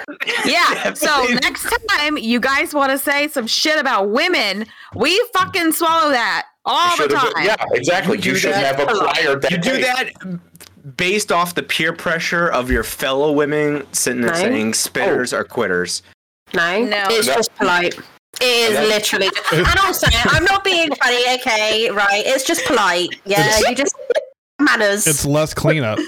Speaker 5: Yeah. So
Speaker 2: Definitely.
Speaker 5: next time you guys want to say some shit about women, we fucking swallow that all
Speaker 4: You
Speaker 5: the
Speaker 4: should've-
Speaker 5: time.
Speaker 4: Yeah, exactly. You,
Speaker 2: do
Speaker 4: should
Speaker 2: that
Speaker 4: have acquired that.
Speaker 2: You do
Speaker 4: taste.
Speaker 2: that based off the peer pressure of your fellow women sitting there
Speaker 3: No.
Speaker 2: saying spitters are quitters.
Speaker 3: No,
Speaker 5: No.
Speaker 3: it's
Speaker 4: No.
Speaker 3: just polite. It is
Speaker 4: No.
Speaker 3: literally, and also I'm not being funny. Okay, right? It's just polite. Yeah,
Speaker 1: It's-
Speaker 3: you just manners.
Speaker 1: it's less cleanup.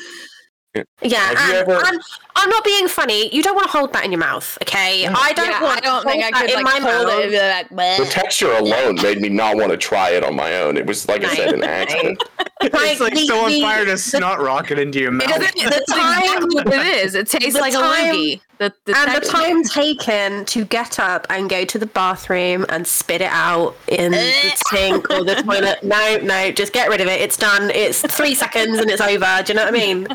Speaker 3: yeah,
Speaker 4: Have
Speaker 3: and,
Speaker 4: you ever-
Speaker 3: and I'm not being funny. You don't want to hold that in your mouth, okay?
Speaker 1: Mm.
Speaker 3: I don't
Speaker 5: Yeah,
Speaker 3: want.
Speaker 5: I don't
Speaker 3: to
Speaker 5: think I
Speaker 3: hold
Speaker 5: could
Speaker 3: that
Speaker 5: like hold it uh, and be like,
Speaker 4: The
Speaker 5: "Bleh."
Speaker 4: texture alone made me not want to try it on my own. It was like I said, an accident.
Speaker 2: it's like
Speaker 3: the-
Speaker 2: someone
Speaker 3: the-
Speaker 2: fired a snot rocket into your
Speaker 5: Because
Speaker 2: mouth.
Speaker 5: it- that's exactly what it is. It tastes
Speaker 3: the
Speaker 5: like
Speaker 3: time-
Speaker 5: a loogie. The, the
Speaker 3: and the
Speaker 5: texture-
Speaker 3: time taken to get up and go to the bathroom and spit it out in
Speaker 5: Eh.
Speaker 3: the sink or the toilet. No, no, just get rid of it. It's done. It's three seconds and it's over. Do you know what I mean?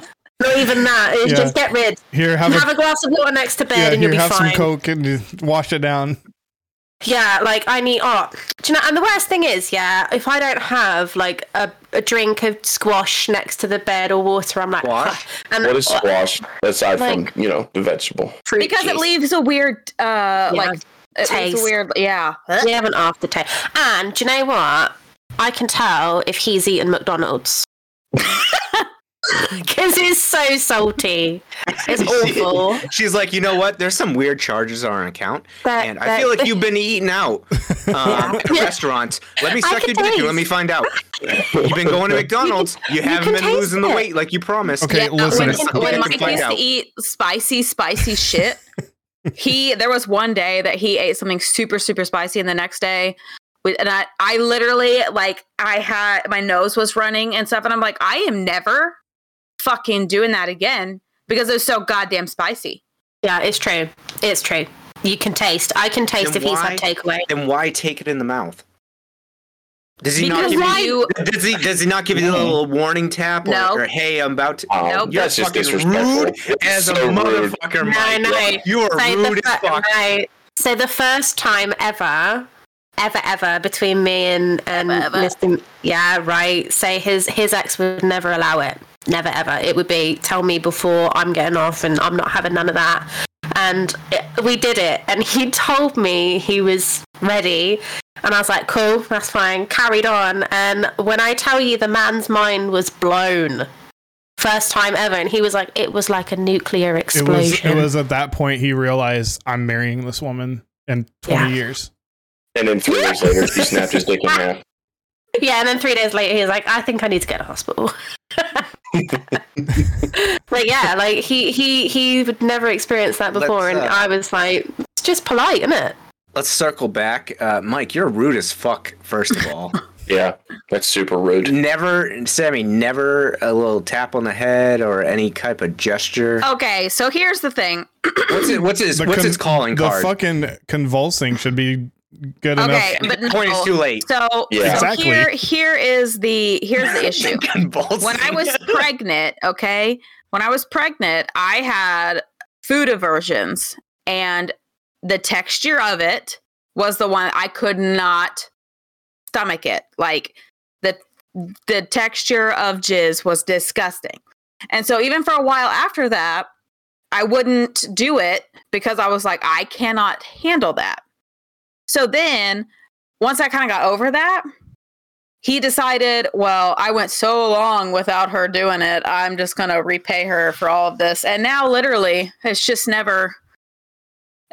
Speaker 3: Not even that. It's
Speaker 1: Yeah.
Speaker 3: Just get rid.
Speaker 1: Here, have
Speaker 3: Have,
Speaker 1: a
Speaker 3: a glass of water next to bed
Speaker 1: yeah,
Speaker 3: and you'll
Speaker 1: here,
Speaker 3: be
Speaker 1: have some
Speaker 3: fine.
Speaker 1: coke and just wash it down.
Speaker 3: Yeah, like I need. Oh, do you know? And the worst thing is, yeah, if I don't have like a, a drink of squash next to the bed or water, I'm like,
Speaker 2: Squash?
Speaker 3: "Fuck." and
Speaker 4: What is squash aside
Speaker 3: Like-
Speaker 4: from you know the vegetable?
Speaker 3: fruit
Speaker 5: because it
Speaker 3: juice.
Speaker 5: leaves a weird uh like it leaves
Speaker 3: Taste.
Speaker 5: a weird yeah.
Speaker 3: We have an aftertaste. And do you know what? I can tell if he's eaten McDonald's. Because it's so salty. It's awful.
Speaker 2: She's like, you know what? There's some weird charges on our account,
Speaker 3: That-
Speaker 2: and
Speaker 3: that-
Speaker 2: I feel like you've been eating out um, at restaurants. Let me
Speaker 3: I
Speaker 2: suck
Speaker 3: can
Speaker 2: your dick.
Speaker 3: taste.
Speaker 2: and Let me find out. You've been going to McDonald's. You
Speaker 3: can
Speaker 2: haven't been
Speaker 3: taste
Speaker 2: losing the
Speaker 3: it.
Speaker 2: weight like you promised.
Speaker 1: Okay, listen.
Speaker 5: when,
Speaker 2: Something
Speaker 5: when
Speaker 2: I can
Speaker 5: Mike
Speaker 2: find
Speaker 5: used
Speaker 2: out.
Speaker 5: to eat spicy, spicy shit, he there was one day that he ate something super, super spicy, and the next day, we- and I, I literally like I had my nose was running and stuff, and I'm like, I am never fucking doing that again because it was so goddamn spicy.
Speaker 3: Yeah, it's true. It's true. You can taste. I can taste
Speaker 2: Then
Speaker 3: if he's
Speaker 2: why-
Speaker 3: had takeaway.
Speaker 2: Then why take it in the mouth? Does he
Speaker 5: Because
Speaker 2: not give
Speaker 5: why-
Speaker 2: you? Does he? Does he not give you a little warning tap or,
Speaker 5: No.
Speaker 2: or hey, I'm about to?
Speaker 4: Wow,
Speaker 5: Nope.
Speaker 2: You're
Speaker 4: Um, that's just
Speaker 2: Oh, fucking
Speaker 4: disrespectful.
Speaker 2: rude as a
Speaker 4: So rude.
Speaker 2: motherfucker, Mike.
Speaker 3: No, no.
Speaker 2: You are
Speaker 3: So
Speaker 2: rude
Speaker 3: the,
Speaker 2: as
Speaker 3: fir-
Speaker 2: fuck.
Speaker 3: no. so the first time ever, ever, ever between me and and
Speaker 5: Ever, ever.
Speaker 3: Mr. Yeah, right. So his his ex would never allow it. Never ever. It would be tell me before I'm getting off and I'm not having none of that. And it, we did it. And he told me he was ready. And I was like, cool, that's fine. Carried on. And when I tell you, the man's mind was blown. First time ever. And he was like, it was like a nuclear
Speaker 1: It was
Speaker 3: explosion.
Speaker 1: it was at that point he realized I'm marrying this woman in 20
Speaker 3: Yeah.
Speaker 1: years.
Speaker 4: And then three days later, she snapped his dick in half.
Speaker 3: Yeah, and then three days later, he's like, I think I need to go to hospital. like, yeah, like he he he would never experience that before,
Speaker 2: Let's,
Speaker 3: and
Speaker 2: uh,
Speaker 3: I was like, just polite, isn't it?
Speaker 2: Let's circle back. Uh, Mike, you're rude as fuck, first of all.
Speaker 4: Yeah, that's super rude.
Speaker 2: never, Sammy, never a little tap on the head or any type of gesture.
Speaker 5: Okay, so here's the thing.
Speaker 2: What's it? What's his? What's
Speaker 1: con-
Speaker 2: his calling
Speaker 1: the
Speaker 2: card?
Speaker 1: fucking convulsing should be good
Speaker 5: Okay,
Speaker 1: enough.
Speaker 5: but no.
Speaker 2: Point is too late.
Speaker 5: So,
Speaker 4: Yeah.
Speaker 5: so
Speaker 1: Exactly.
Speaker 5: here here is the here's the issue.
Speaker 2: Convulsing.
Speaker 5: when I was pregnant, okay, when I was pregnant, I had food aversions, and the texture of it was the one I could not stomach it. Like the the texture of jizz was disgusting, and so even for a while after that, I wouldn't do it because I was like, I cannot handle that. So then, once I kind of got over that, he decided, well, I went so long without her doing it. I'm just going to repay her for all of this. And now, literally, it's just never,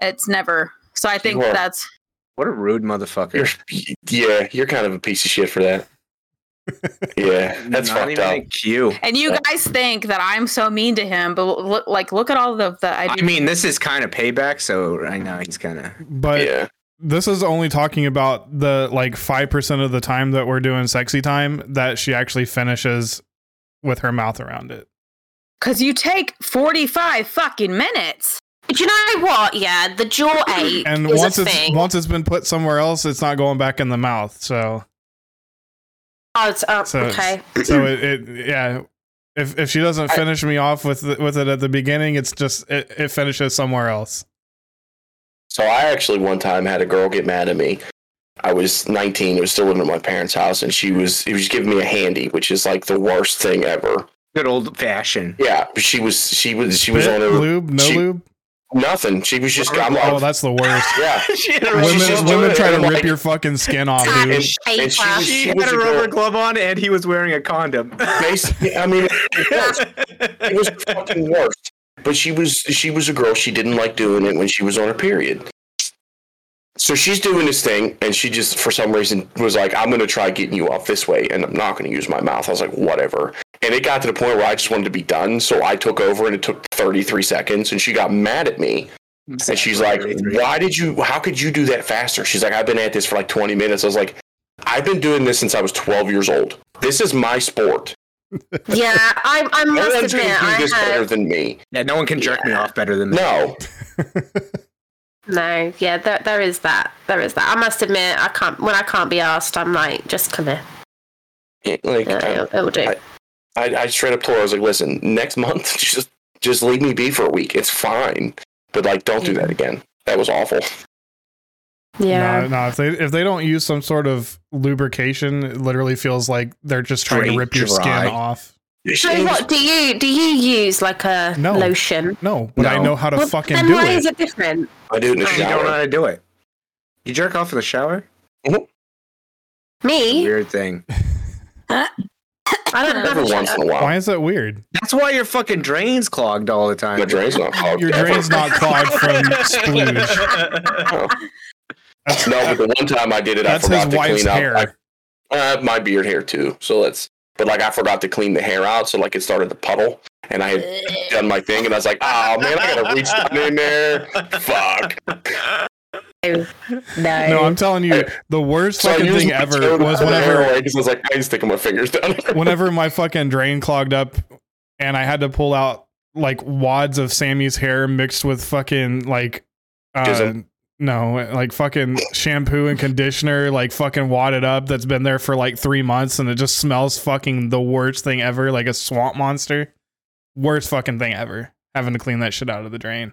Speaker 5: it's never. So I think
Speaker 4: Sure.
Speaker 5: that's,
Speaker 2: What a rude motherfucker.
Speaker 4: You're, yeah, you're kind of a piece of shit for that. Yeah, that's
Speaker 2: Not
Speaker 4: fucked
Speaker 2: even
Speaker 4: up.
Speaker 2: a cue.
Speaker 5: and you guys think that I'm so mean to him, but look, like, look at all the, the I,
Speaker 2: I mean, this is kind of payback, so right now he's kind of.
Speaker 1: But
Speaker 4: yeah,
Speaker 1: this is only talking about the like 5% of the time that we're doing sexy time that she actually finishes with her mouth around it.
Speaker 5: because you take 45 fucking minutes.
Speaker 3: But you know what? Yeah, the jaw ache
Speaker 1: And
Speaker 3: is
Speaker 1: once
Speaker 3: a
Speaker 1: it's
Speaker 3: thing.
Speaker 1: once it's been put somewhere else, it's not going back in the mouth. So
Speaker 3: oh, it's, oh,
Speaker 1: so it's-
Speaker 3: okay.
Speaker 1: so it, it yeah, if if she doesn't
Speaker 4: I-
Speaker 1: finish me off with the, with it at the beginning, it's just it, it finishes somewhere else.
Speaker 4: So I actually one time had a girl get mad at me. I was 19. I was still living at my parents' house, and she was she was giving me a handy, which is like the worst thing ever.
Speaker 2: Good old fashioned.
Speaker 4: Yeah, she was she was she was
Speaker 1: Bit,
Speaker 4: on her
Speaker 1: lube, no
Speaker 4: she-
Speaker 1: lube.
Speaker 4: nothing. She was just I'm,
Speaker 1: Oh,
Speaker 4: I'm,
Speaker 1: that's the worst.
Speaker 4: yeah.
Speaker 2: she had a,
Speaker 4: Well,
Speaker 1: women
Speaker 4: she's just doing
Speaker 1: women
Speaker 4: it,
Speaker 1: try to
Speaker 4: and
Speaker 1: rip
Speaker 4: I'm like-
Speaker 1: your fucking skin off,
Speaker 3: Ah,
Speaker 1: dude.
Speaker 4: and-
Speaker 3: paper.
Speaker 4: and she was-
Speaker 2: she
Speaker 4: was
Speaker 2: had
Speaker 4: a
Speaker 2: a rubber
Speaker 4: girl.
Speaker 2: glove on and he was wearing a condom.
Speaker 4: Basically, I mean, it was, it was the fucking worst. But she was she was a girl. She didn't like doing it when she was on her period. So she's doing this thing, and she just for some reason was like, "I'm gonna try getting you off this way, and I'm not gonna use my mouth." I was like, "Whatever." And it got to the point where I just wanted to be done, so I took over, and it took 33 seconds, and she got mad at me. And she's like, "Why did you? How could you do that faster?" She's like, "I've been at this for like 20 minutes." I was like, "I've been doing this since I was 12 years old. This is my sport.
Speaker 3: Yeah, I, I
Speaker 4: No
Speaker 3: must
Speaker 4: one's
Speaker 3: admit,
Speaker 4: going to do
Speaker 3: I
Speaker 4: this better
Speaker 3: have
Speaker 4: than me.
Speaker 2: Yeah, no one can jerk me off better than me.
Speaker 4: No,
Speaker 3: no. Yeah, there, there is that. There is that. I must admit, I can't. When I can't be asked, I'm like, just come here.
Speaker 4: It- like
Speaker 3: Yeah,
Speaker 4: I,
Speaker 3: it'll, it'll do.
Speaker 4: I, I straight up told her, I was like, "Listen, next month, just just leave me be for a week. It's fine, but like, don't do that
Speaker 3: Mm.
Speaker 4: again. That was awful.
Speaker 1: No,
Speaker 3: yeah.
Speaker 1: no. If they if they don't use some sort of lubrication, it literally feels like they're just trying to
Speaker 2: Straight
Speaker 1: rip your
Speaker 2: dry.
Speaker 1: skin off.
Speaker 3: so what do you do? You use like a
Speaker 1: No.
Speaker 3: lotion?
Speaker 1: No, but I
Speaker 2: No.
Speaker 1: know how to
Speaker 3: Well,
Speaker 1: fucking
Speaker 3: then
Speaker 1: do
Speaker 3: why is
Speaker 1: it.
Speaker 3: it different?
Speaker 4: I do it in the
Speaker 3: Oh,
Speaker 2: You don't know
Speaker 4: shower.
Speaker 2: how to do it. You jerk off in the shower?
Speaker 3: Me,
Speaker 2: Weird thing.
Speaker 3: I don't
Speaker 4: Every
Speaker 3: know.
Speaker 4: once in a while,
Speaker 1: Why is that weird?
Speaker 2: That's why your fucking drain's clogged all the time.
Speaker 4: my drain's not clogged.
Speaker 1: Your
Speaker 4: ever.
Speaker 1: drain's not clogged from splooge.
Speaker 4: No, but the one time I did it,
Speaker 1: That's
Speaker 4: I
Speaker 1: his
Speaker 4: forgot to
Speaker 1: wife's
Speaker 4: clean
Speaker 1: hair.
Speaker 4: out I- uh, my beard hair too. So that's but like I forgot to clean the hair out, so like it started to puddle, and I had done my thing, and I was like, "Oh man, I gotta reach down in there. Fuck."
Speaker 3: No,
Speaker 1: No, I'm telling you, the worst fucking
Speaker 4: used
Speaker 1: thing
Speaker 4: my
Speaker 1: ever
Speaker 4: toe
Speaker 1: was
Speaker 4: to the hair
Speaker 1: whenever
Speaker 4: away 'cause I was like, I ain't sticking my fingers down.
Speaker 1: whenever my fucking drain clogged up and I had to pull out like wads of Sammy's hair mixed with fucking like uh,
Speaker 4: Jism.
Speaker 1: no like fucking shampoo and conditioner like fucking wadded up that's been there for like three months and it just smells fucking the worst thing ever like a swamp monster worst fucking thing ever having to clean that shit out of the drain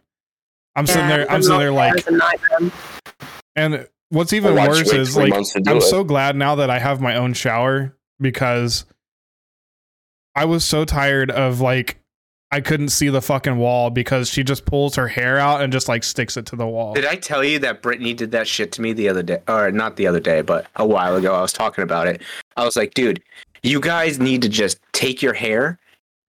Speaker 1: I'm sitting there I'm sitting there like and what's even
Speaker 4: Watch,
Speaker 1: worse
Speaker 4: wait
Speaker 1: is
Speaker 4: three
Speaker 1: like
Speaker 4: months to do
Speaker 1: I'm
Speaker 4: it.
Speaker 1: so glad now that I have my own shower because I was so tired of like I couldn't see the fucking wall because she just pulls her hair out and just like sticks it to the wall.
Speaker 2: Did I tell you that Brittany did that shit to me the other day? Or not the other day, but a while ago. I was talking about it. I was like, dude, you guys need to just take your hair.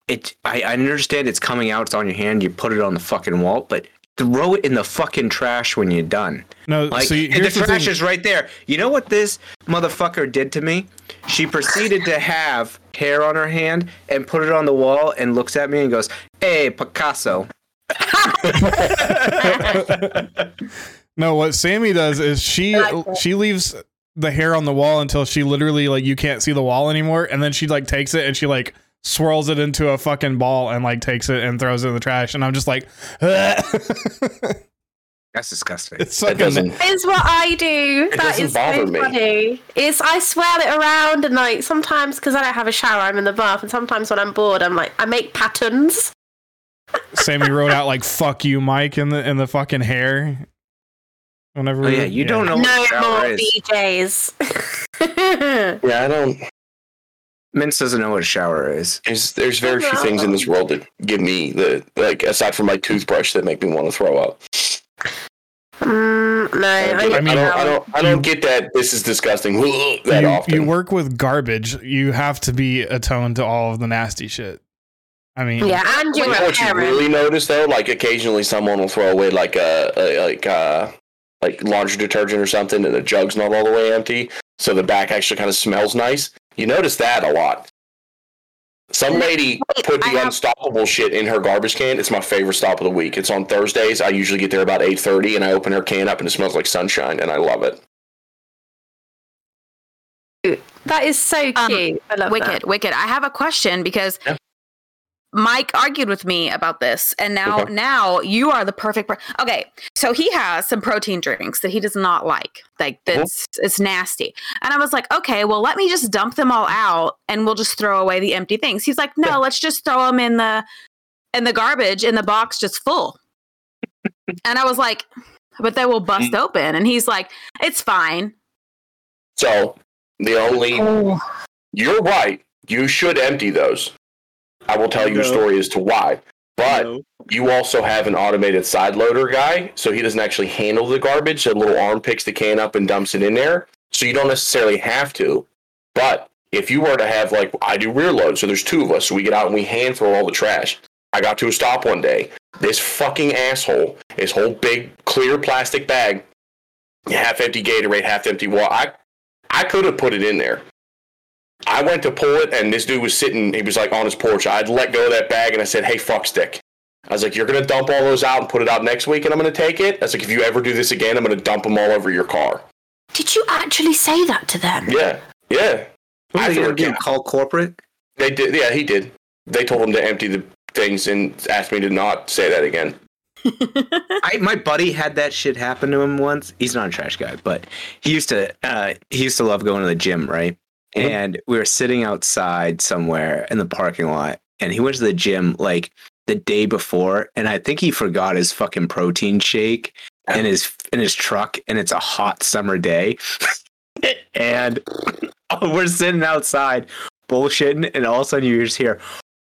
Speaker 2: It I, I understand it's coming out, it's on your hand, you put it on the fucking wall, but throw it in the fucking trash when you're done.
Speaker 1: no,
Speaker 2: Like
Speaker 1: see,
Speaker 2: and
Speaker 1: here's
Speaker 2: the
Speaker 1: the,
Speaker 2: trash
Speaker 1: thing.
Speaker 2: is right there. You know what this motherfucker did to me? She proceeded to have hair on her hand and put it on the wall and looks at me and goes, Hey Picasso.
Speaker 1: no, what Sammy does is she she leaves the hair on the wall until she literally like you can't see the wall anymore, and then she like takes it and she like swirls it into a fucking ball and like takes it and throws it in the trash, and I'm just like,
Speaker 2: That's disgusting.
Speaker 1: it's
Speaker 4: That
Speaker 1: like
Speaker 4: doesn't.
Speaker 3: Is what I do. That
Speaker 4: doesn't
Speaker 3: is so
Speaker 4: bother me.
Speaker 3: funny. It's I swirl it around and like sometimes because I don't have a shower, I'm in the bath, and sometimes when I'm bored, I'm like I make patterns.
Speaker 1: Sammy wrote out like "fuck you, Mike" in the in the fucking hair. Whenever,
Speaker 2: Oh,
Speaker 1: we-
Speaker 2: yeah, you don't know
Speaker 3: No
Speaker 2: what a
Speaker 3: more
Speaker 2: shower is.
Speaker 3: BJ's.
Speaker 4: Yeah, I don't.
Speaker 2: Mince doesn't know what a shower is.
Speaker 4: There's, there's very few things in this world that give me the like aside from my toothbrush that make me want to throw up.
Speaker 3: mm, no, I,
Speaker 4: I,
Speaker 3: need
Speaker 4: mean, I
Speaker 3: a shower.
Speaker 4: don't, I don't, I don't get that. This is disgusting. That
Speaker 1: you,
Speaker 4: often.
Speaker 1: you work with garbage. You have to be atoned to all of the nasty shit. I mean, oh,
Speaker 3: Yeah, and
Speaker 4: You
Speaker 3: you're
Speaker 4: know
Speaker 3: a
Speaker 4: what you
Speaker 3: parent.
Speaker 4: really notice though, like occasionally someone will throw away like a, a like uh like laundry detergent or something, and the jug's not all the way empty, so the back actually kind of smells nice. You notice that a lot. Some lady
Speaker 3: Wait,
Speaker 4: put the
Speaker 3: I have-
Speaker 4: unstoppable shit in her garbage can. It's my favorite stop of the week. It's on Thursdays. I usually get there about eight thirty, and I open her can up, and it smells like sunshine, and I love it.
Speaker 3: That is so cute.
Speaker 5: Um,
Speaker 3: I love
Speaker 5: wicked, wicked. I have a question because
Speaker 4: Yeah.
Speaker 5: Mike argued with me about this, and now
Speaker 4: Okay.
Speaker 5: now you are the perfect. Per- okay, so he has some protein drinks that he does not like, like that's it's nasty. And I was like, okay, well, let me just dump them all out, and we'll just throw away the empty things. He's like, no,
Speaker 4: Yeah.
Speaker 5: let's just throw them in the in the garbage in the box, just full. and I was like, but they will bust
Speaker 4: Mm.
Speaker 5: open. And he's like, it's fine.
Speaker 4: So the only
Speaker 3: Oh.
Speaker 4: You're right. You should empty those. I will tell you a
Speaker 2: No.
Speaker 4: story as to why. But you also have an automated side loader guy, so he doesn't actually handle the garbage. That little arm picks the can up and dumps it in there. So you don't necessarily have to. But if you were to have like I do rear load, so there's two of us, so we get out and we hand throw all the trash. I got to a stop one day. This fucking asshole, his whole big clear plastic bag, half empty Gatorade, half empty water. I I could have put it in there. I went to pull it, and this dude was sitting. He was like on his porch. I'd let go of that bag, and I said, "Hey, fuck stick." I was like, "You're gonna dump all those out and put it out next week, and I'm gonna take it." I was like, "If you ever do this again, I'm gonna dump them all over your car."
Speaker 3: Did you actually say that to them?
Speaker 4: Yeah, yeah.
Speaker 2: What
Speaker 4: I
Speaker 2: are they gonna
Speaker 4: think
Speaker 2: do? Call corporate?
Speaker 4: they did. Yeah, he did. They told him to empty the things and asked me to not say that again.
Speaker 2: I my buddy had that shit happen to him once. He's not a trash guy, but he used to uh, he used to love going to the gym, right?
Speaker 4: Mhm.
Speaker 2: And we were sitting outside somewhere in the parking lot, and he went to the gym like the day before, and I think he forgot his fucking protein shake in his in his truck, and it's a hot summer day, and we're sitting outside bullshitting, and all of a sudden you just hear.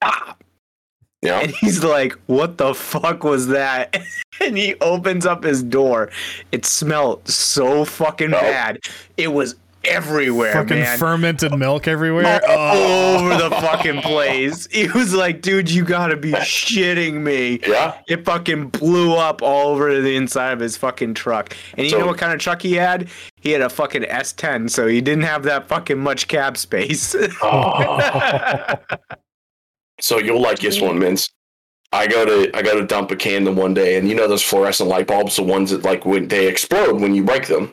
Speaker 2: "Ah!"
Speaker 4: You know?
Speaker 2: And he's like, "What the fuck was that?" And he opens up his door. It smelled so fucking
Speaker 4: Oh.
Speaker 2: bad. It was everywhere,
Speaker 1: fucking Oh.
Speaker 2: man. Oh.
Speaker 1: fermented milk everywhere.
Speaker 2: all over the fucking place. It was like, dude, you gotta be shitting me.
Speaker 4: Yeah.
Speaker 2: It fucking blew up all over the inside of his fucking truck. And you
Speaker 4: So-
Speaker 2: know what kind of truck he had? He had a fucking S10, so he didn't have that fucking much cab space. Oh.
Speaker 4: So you'll like this one, Mince. I go to I go to dump a can the one day, and you know those fluorescent light bulbs, the ones that like when they explode when you break them.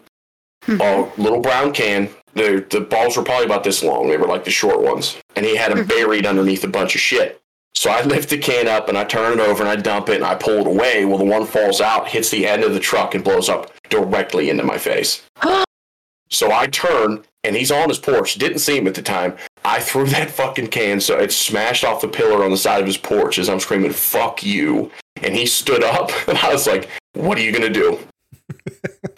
Speaker 4: Oh, little brown can. The the balls were probably about this long. They were like the short ones, and he had them buried underneath a bunch of shit. So I lift the can up and I turn it over and I dump it and I pull it away. Well, the one falls out, hits the end of the truck, and blows up directly into my face. so I turn and he's on his porch. Didn't see him at the time. I threw that fucking can so it smashed off the pillar on the side of his porch as I'm screaming, fuck you. And he stood up and I was like, what are you going to do?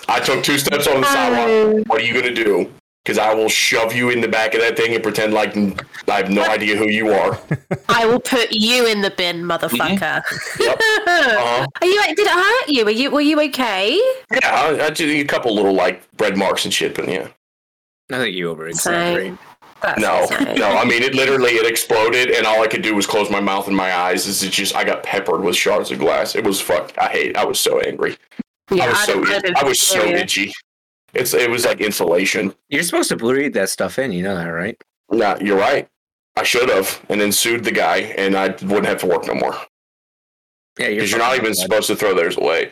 Speaker 4: I took two steps on the sidewalk. What are you going to do? Because I will shove you in the back of that thing and pretend like n- I have no idea who you are.
Speaker 3: I will put you in the bin, motherfucker.
Speaker 1: Mm-hmm.
Speaker 4: Yep. Uh-huh.
Speaker 3: Are you? Did it hurt you? Were you? Were you okay?
Speaker 4: Yeah, I, I did a couple little like red marks and shit, but yeah.
Speaker 2: I think you over
Speaker 3: Same. That's
Speaker 4: No,
Speaker 3: fine.
Speaker 4: no. I mean, it literally it exploded, and all I could do was close my mouth and my eyes. Is it just I got peppered with shards of glass. It was fuck. I hate. I was so angry. I was
Speaker 3: I'd
Speaker 4: so.
Speaker 3: have been
Speaker 4: I was so
Speaker 3: furious.
Speaker 4: itchy. It's it was like insulation.
Speaker 2: You're supposed to breathe that stuff in, you know that, right?
Speaker 4: Nah, you're right. I should have, and then sued the guy, and I wouldn't have to work no more.
Speaker 2: Yeah,
Speaker 4: because you're not
Speaker 2: fine.
Speaker 4: even supposed to throw theirs away.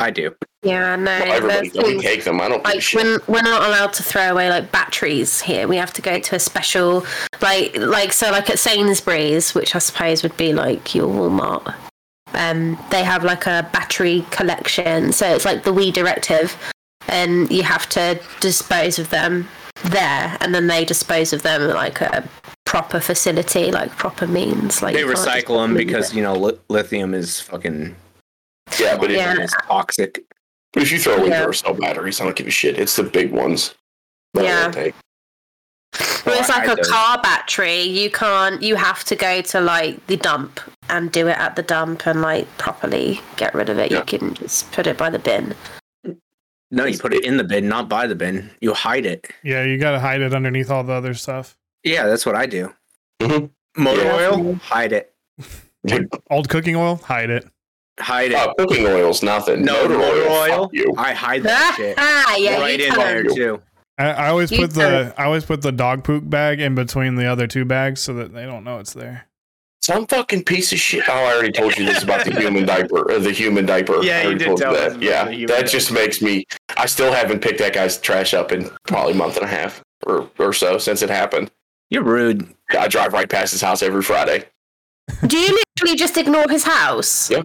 Speaker 2: I do.
Speaker 3: Yeah, no.
Speaker 4: Well, everybody
Speaker 3: there's-
Speaker 4: doesn't take them. I don't give a
Speaker 3: like
Speaker 4: shit.
Speaker 3: we're, we're not allowed to throw away like batteries here we have to go to a special like like so like at sainsbury's which i suppose would be like your walmart um they have like a battery collection so it's like the wii directive and you have to dispose of them there and then they dispose of them at like a proper facility like proper means like
Speaker 2: They
Speaker 3: you can't just
Speaker 2: recycle them
Speaker 3: leave
Speaker 2: because
Speaker 3: it.
Speaker 2: you know li- lithium is fucking
Speaker 4: Yeah, but if,
Speaker 3: Yeah.
Speaker 2: it's toxic.
Speaker 4: but if you throw away
Speaker 3: Yeah.
Speaker 4: your cell batteries, I don't give a shit. It's the big ones. that I
Speaker 3: Yeah.
Speaker 4: don't take.
Speaker 3: Well, it's
Speaker 2: Or
Speaker 3: like
Speaker 2: I
Speaker 3: a
Speaker 2: don't.
Speaker 3: car battery. You can't. You have to go to like the dump and do it at the dump and like properly get rid of it.
Speaker 4: Yeah.
Speaker 3: You can just put it by the bin.
Speaker 2: No, you put it in the bin, not by the bin. You hide it.
Speaker 1: Yeah, you gotta hide it underneath all the other stuff.
Speaker 2: Yeah, that's what I do.
Speaker 4: Mhm.
Speaker 2: Motor
Speaker 4: Yeah.
Speaker 2: oil, hide it,
Speaker 1: Old cooking oil, hide it.
Speaker 2: hide it.
Speaker 4: Oh, cooking oil's nothing.
Speaker 2: no
Speaker 4: Motor
Speaker 2: motor
Speaker 4: fuck
Speaker 2: oil.
Speaker 4: You.
Speaker 2: I hide that
Speaker 3: Ah,
Speaker 2: shit
Speaker 3: yeah,
Speaker 2: right
Speaker 3: you
Speaker 2: in
Speaker 3: tell
Speaker 2: there
Speaker 3: them.
Speaker 2: too.
Speaker 1: I, I always
Speaker 3: You
Speaker 1: put
Speaker 3: tell
Speaker 1: the I always put the dog poop bag in between the other two bags so that they don't know it's there.
Speaker 4: Some fucking piece of shit. Oh, I already told you this about the human diaper. Or the human diaper.
Speaker 2: Yeah,
Speaker 4: I
Speaker 2: you
Speaker 4: already
Speaker 2: did
Speaker 4: told
Speaker 2: tell us
Speaker 4: that.
Speaker 2: about
Speaker 4: Yeah,
Speaker 2: the
Speaker 4: that
Speaker 2: human
Speaker 4: just makes me. I still haven't picked that guy's trash up in probably a month and a half or or so since it happened.
Speaker 2: You're rude.
Speaker 4: I drive right past his house every Friday.
Speaker 3: Do you literally just ignore his house?
Speaker 4: Yeah.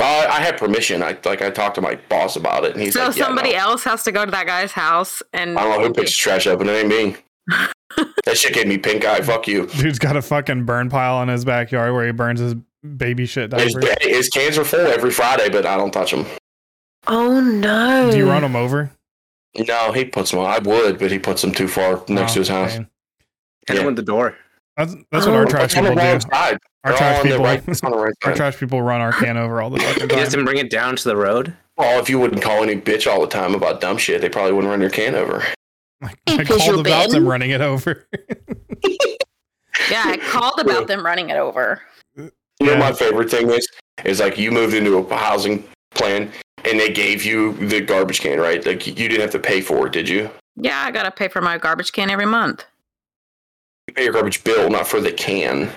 Speaker 4: Uh, I had permission. I like I talked to my boss about it, and he's
Speaker 5: so
Speaker 4: like, yeah,
Speaker 5: somebody
Speaker 4: no.
Speaker 5: else has to go to that guy's house and
Speaker 4: I don't know who picks trash up, and it ain't me. that shit gave me pink eye. Fuck you.
Speaker 1: Dude's got a fucking burn pile in his backyard where he burns his baby shit
Speaker 4: His,
Speaker 1: diapers.
Speaker 4: his cans are full every Friday, but I don't touch them.
Speaker 3: Oh no!
Speaker 1: Do you run him over?
Speaker 4: No, he puts them. on. I would, but he puts them too far next
Speaker 1: Oh,
Speaker 4: to his house.
Speaker 1: man.
Speaker 2: Hit him
Speaker 4: Yeah.
Speaker 2: with the door.
Speaker 1: That's that's what our
Speaker 3: Oh,
Speaker 1: trash
Speaker 4: It's on the
Speaker 1: people do.
Speaker 4: wrong side.
Speaker 1: Our
Speaker 4: They're all
Speaker 1: trash
Speaker 4: on the
Speaker 1: people,
Speaker 4: right- it's on the right
Speaker 1: our
Speaker 4: side.
Speaker 1: trash people run our can over all the fucking
Speaker 2: He doesn't
Speaker 1: time.
Speaker 2: bring it down to the road.
Speaker 4: Well, if you wouldn't call any bitch all the time about dumb shit, they probably wouldn't run your can over.
Speaker 1: Like,
Speaker 3: Hey,
Speaker 1: I
Speaker 3: visual
Speaker 1: called about
Speaker 3: bin.
Speaker 1: them running it over.
Speaker 5: yeah i called about them running it over
Speaker 4: You
Speaker 1: Yeah.
Speaker 4: know, my favorite thing is is like you moved into a housing plan and they gave you the garbage can, right? Like you didn't have to pay for it, did you?
Speaker 5: yeah i gotta pay for my garbage can every month
Speaker 4: You pay your garbage bill, not for the can.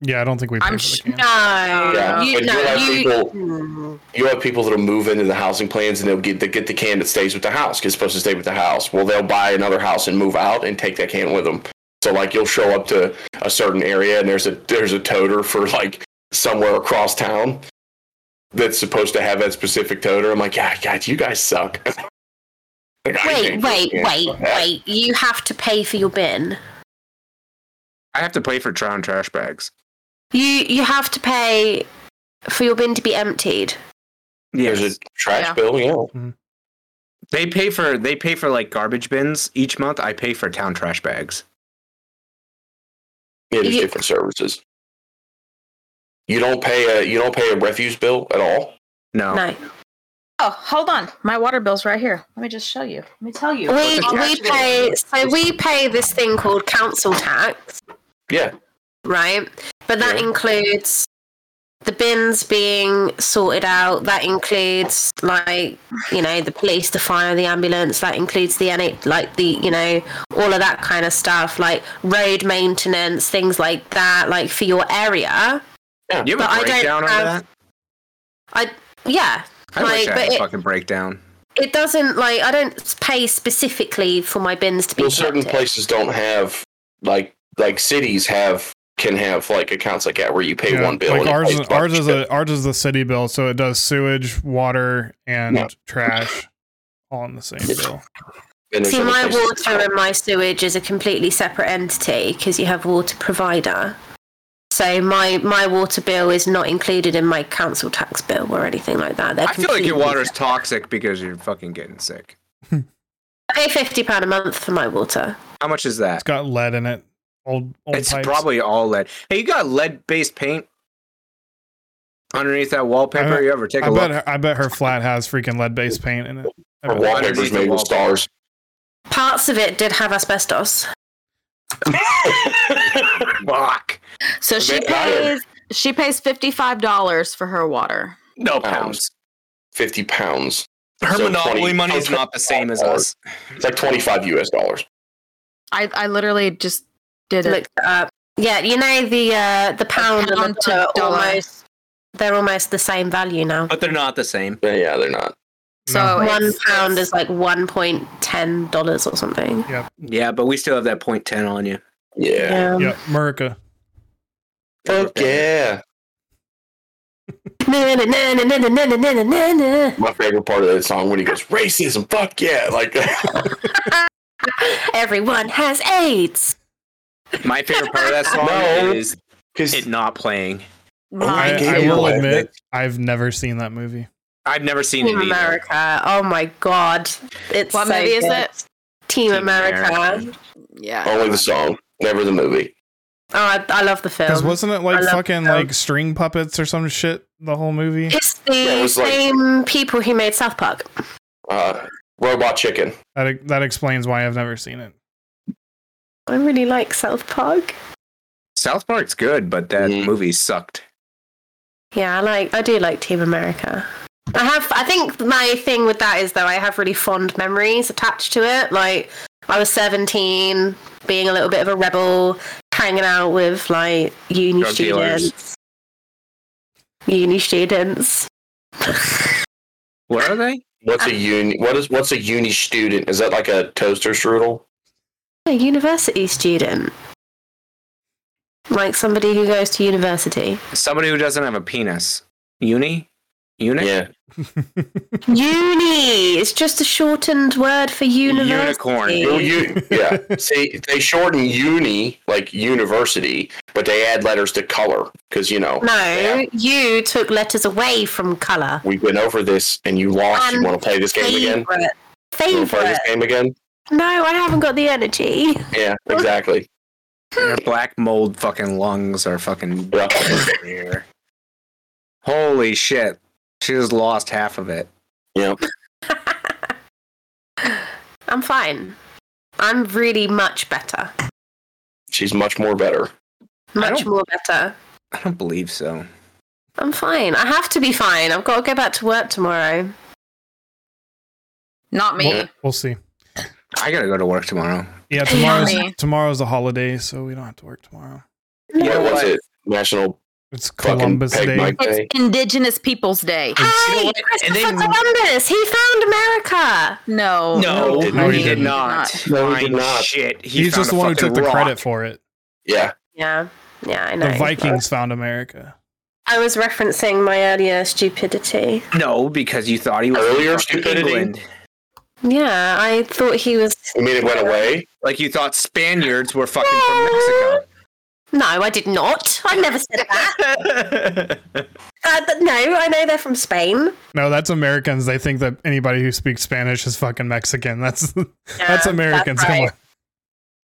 Speaker 1: yeah, I don't think we. Pay
Speaker 5: I'm
Speaker 1: for the
Speaker 5: sh-
Speaker 1: can.
Speaker 3: No,
Speaker 5: Yeah,
Speaker 3: you
Speaker 4: but you'll
Speaker 3: know
Speaker 4: have
Speaker 3: you.
Speaker 4: people-
Speaker 3: Hmm.
Speaker 4: You have people that'll move into the housing plans and they'll get they get the can that stays with the house. 'cause it's supposed to stay with the house. Well, they'll buy another house and move out and take that can with them. So like you'll show up to a certain area and there's a there's a toter for like somewhere across town that's supposed to have that specific toter. I'm like, yeah, God, you guys suck. Like, I
Speaker 3: Wait,
Speaker 4: can't do
Speaker 3: wait,
Speaker 4: it.
Speaker 3: wait,
Speaker 4: Fuck that.
Speaker 3: wait! You have to pay for your bin.
Speaker 2: I have to pay for Tron trash bags.
Speaker 3: You you have to pay for your bin to be emptied.
Speaker 2: Yes.
Speaker 4: There's a trash
Speaker 5: Yeah.
Speaker 4: bill, yeah.
Speaker 2: they pay for they pay for like garbage bins each month. I pay for town trash bags.
Speaker 4: Yeah, there's
Speaker 3: You-
Speaker 4: different services. You don't pay a you don't pay a refuse bill at all.
Speaker 2: No.
Speaker 3: No.
Speaker 5: oh hold on my water bill's right here let me just show you let me tell you
Speaker 3: we
Speaker 5: Look at
Speaker 3: we
Speaker 5: that.
Speaker 3: pay so we pay this thing called council tax,
Speaker 4: Yeah.
Speaker 3: right? But that
Speaker 4: Yeah.
Speaker 3: includes the bins being sorted out. That includes like you know the police, the fire, the ambulance. That includes the NH, like the you know all of that kind of stuff, like road maintenance, things like that, like for your area.
Speaker 2: You have
Speaker 3: But I
Speaker 2: a
Speaker 3: don't
Speaker 2: breakdown on
Speaker 3: have-
Speaker 2: that?
Speaker 3: Yeah,
Speaker 2: I wish
Speaker 3: like,
Speaker 2: I had
Speaker 3: but
Speaker 2: a
Speaker 3: it-
Speaker 2: fucking breakdown.
Speaker 3: it doesn't like I don't pay specifically for my bins to be.
Speaker 4: well certain
Speaker 3: collected.
Speaker 4: places don't have like like cities have can have like accounts like that where you pay
Speaker 1: Yeah,
Speaker 4: one bill
Speaker 1: Like
Speaker 4: and it
Speaker 1: ours,
Speaker 4: pays
Speaker 1: is,
Speaker 4: for
Speaker 1: ours is
Speaker 4: it.
Speaker 1: a ours is the city bill, so it does sewage, water, and
Speaker 4: Yeah.
Speaker 1: trash, all in the same bill.
Speaker 4: And there's
Speaker 3: See,
Speaker 4: other
Speaker 3: my
Speaker 4: places that
Speaker 3: water
Speaker 4: don't.
Speaker 3: and my sewage is a completely separate entity because you have water provider. So my my water bill is not included in my council tax bill or anything like that. They're
Speaker 2: I feel like your
Speaker 3: completely
Speaker 2: water is toxic because you're fucking getting sick.
Speaker 3: separate. I pay fifty pound a month for my water.
Speaker 2: How much is that?
Speaker 1: It's got lead in it. Old old
Speaker 2: It's
Speaker 1: Oh, pipes.
Speaker 2: probably all lead. Hey, you got lead based paint underneath that wallpaper?
Speaker 1: I-
Speaker 2: you ever take a
Speaker 1: Uh, I bet
Speaker 2: look?
Speaker 1: her, I bet her flat has freaking lead based paint in it. I
Speaker 4: Her
Speaker 1: bet-
Speaker 4: wallpaper's
Speaker 2: Underneath
Speaker 4: made
Speaker 2: the
Speaker 4: with
Speaker 2: wallpaper.
Speaker 4: stars.
Speaker 3: Parts of it did have asbestos.
Speaker 2: Fuck.
Speaker 5: so she
Speaker 4: They hire.
Speaker 5: pays she pays $55 for her water
Speaker 2: No
Speaker 4: Pounds.
Speaker 2: pounds.
Speaker 4: Fifty pounds.
Speaker 2: Her
Speaker 4: So
Speaker 2: monopoly
Speaker 4: 20
Speaker 2: money is not the same as us.
Speaker 4: It's like twenty five US dollars.
Speaker 5: i i literally just did it
Speaker 3: Looked it up. Yeah, you know the uh, the pound,
Speaker 5: pound
Speaker 3: and the
Speaker 5: to
Speaker 3: dollar
Speaker 5: dollar.
Speaker 3: almost they're almost the same value now.
Speaker 2: but they're not the same.
Speaker 4: But yeah, they're not.
Speaker 5: So
Speaker 1: No.
Speaker 3: One
Speaker 5: Oh, it's-
Speaker 3: pound
Speaker 5: it's-
Speaker 3: is like one point ten dollars or something.
Speaker 2: Yeah, but we still have that point ten on you.
Speaker 4: Yeah.
Speaker 1: Yep, America.
Speaker 4: Fuck yeah.
Speaker 3: Na, na, na, na, na, na, na, na, na, na.
Speaker 4: My favorite part of that song when he goes racism. Fuck yeah. Like
Speaker 3: Everyone has AIDS.
Speaker 2: My favorite part of that song
Speaker 4: No.
Speaker 2: is
Speaker 4: because
Speaker 2: it not playing.
Speaker 5: Mine.
Speaker 1: I,
Speaker 4: Okay.
Speaker 1: I will
Speaker 4: Yeah.
Speaker 1: admit, I've never seen that movie.
Speaker 2: I've never seen it.
Speaker 3: Team
Speaker 2: either.
Speaker 3: America. Oh my god. It's
Speaker 5: What
Speaker 3: so
Speaker 5: movie is
Speaker 3: good.
Speaker 5: it?
Speaker 3: Team, America.
Speaker 2: America.
Speaker 5: Yeah.
Speaker 4: only the song, never the movie.
Speaker 3: Oh, I, I love the
Speaker 1: Because
Speaker 3: film.
Speaker 1: wasn't it
Speaker 3: Um, I
Speaker 1: like
Speaker 3: love
Speaker 1: fucking
Speaker 3: that.
Speaker 1: like string puppets or some shit the whole movie?
Speaker 3: it's the
Speaker 4: Yeah, it was like-
Speaker 3: same people who made South Park.
Speaker 4: Uh, Robot Chicken.
Speaker 1: That that explains why I've never seen it.
Speaker 3: I really like South Park.
Speaker 2: South Park's good, but that
Speaker 4: Mhm.
Speaker 2: movie sucked.
Speaker 3: Yeah, I like. I do like Team America. I have. I think my thing with that is though I have really fond memories attached to it. Like I was seventeen, being a little bit of a rebel, hanging out with like uni
Speaker 2: Drug dealers.
Speaker 3: students. Uni students.
Speaker 2: What are they?
Speaker 4: What's a uni? What is what's a uni student? Is that like a toaster strudel?
Speaker 3: A university student. Like somebody who goes to university.
Speaker 2: Somebody who doesn't have a penis. Uni? Unit?
Speaker 4: Yeah.
Speaker 3: Uni. It's just a shortened word for university.
Speaker 2: Unicorn.
Speaker 4: Well, you, yeah. See, they shorten uni like university, but they add letters to color because you know
Speaker 3: No,
Speaker 4: Yeah.
Speaker 3: you took letters away from color.
Speaker 4: we've been over this, and you lost. you
Speaker 3: Um,
Speaker 4: want to play this game
Speaker 3: Favorite.
Speaker 4: again? You want to play this
Speaker 3: Favorite.
Speaker 4: game again?
Speaker 3: No, I haven't got the energy.
Speaker 4: Yeah, exactly.
Speaker 2: Their black mold fucking lungs are fucking
Speaker 4: Yeah.
Speaker 2: here. Holy shit. She just lost half of it.
Speaker 4: Yeah.
Speaker 3: I'm fine. I'm really much better.
Speaker 4: She's much more better.
Speaker 3: Much
Speaker 2: don't-
Speaker 3: more better.
Speaker 2: I don't believe so.
Speaker 3: I'm fine. I have to be fine. I've got to go back to work tomorrow.
Speaker 5: Not me.
Speaker 1: We'll, we'll see.
Speaker 2: I gotta go to work tomorrow.
Speaker 1: Yeah, tomorrow's
Speaker 5: Yummy.
Speaker 1: tomorrow's a holiday, so we don't have to work tomorrow.
Speaker 4: What was it? National
Speaker 1: It's
Speaker 4: fucking
Speaker 1: Columbus
Speaker 4: peg
Speaker 1: Day.
Speaker 4: mic day.
Speaker 5: It's Indigenous Peoples Day.
Speaker 2: You
Speaker 3: Hey,
Speaker 2: know what? And
Speaker 3: Christopher
Speaker 2: then-
Speaker 3: Columbus! He found America!
Speaker 5: No.
Speaker 2: No,
Speaker 4: no,
Speaker 2: he
Speaker 1: Oh, he
Speaker 2: did
Speaker 1: didn't.
Speaker 2: not.
Speaker 4: No, he
Speaker 2: Fine
Speaker 4: did not.
Speaker 2: Shit. He
Speaker 1: He's
Speaker 2: found
Speaker 1: just
Speaker 2: a
Speaker 1: the one who took
Speaker 2: fucking
Speaker 1: the
Speaker 2: rock.
Speaker 1: credit for it.
Speaker 4: Yeah.
Speaker 3: Yeah. Yeah, I know.
Speaker 1: The Vikings found America.
Speaker 3: I was referencing my earlier stupidity.
Speaker 2: No, because you thought he was from
Speaker 4: Earlier
Speaker 2: fucking
Speaker 4: stupidity?
Speaker 2: England.
Speaker 3: Yeah, I thought he was.
Speaker 4: I mean, it went away.
Speaker 2: Like you thought Spaniards were fucking from Mexico.
Speaker 3: No, I did not. I never said that.
Speaker 2: That's
Speaker 3: Uh, but no, I know they're from Spain.
Speaker 1: No, that's Americans. They think that anybody who speaks Spanish is fucking Mexican. That's that's
Speaker 3: that's
Speaker 1: Americans. Come
Speaker 3: right.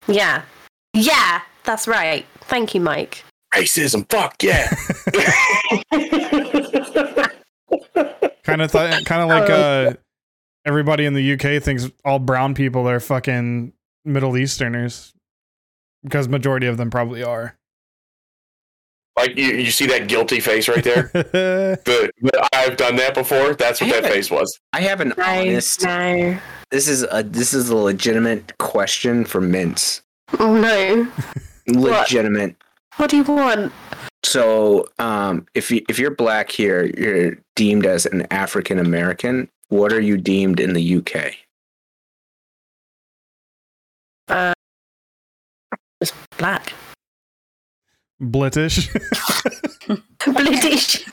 Speaker 1: on.
Speaker 3: Yeah. Yeah, that's right. Thank you, Mike.
Speaker 4: Racism. Fuck yeah.
Speaker 1: Kind of th- kind of like uh, everybody in the UK thinks all brown people are fucking Middle Easterners because majority of them probably are.
Speaker 4: like you, you see that guilty face right there. The, the I've done that before. That's what that face was.
Speaker 2: I have an honest.
Speaker 3: no.
Speaker 2: This is a this is a legitimate question for Mints.
Speaker 3: Oh, no.
Speaker 2: Legitimate.
Speaker 3: What do you want?
Speaker 2: So, um, if you if you're black here, you're deemed as an African American. What are you deemed in the UK?
Speaker 3: Uh, just black.
Speaker 1: British.
Speaker 3: British.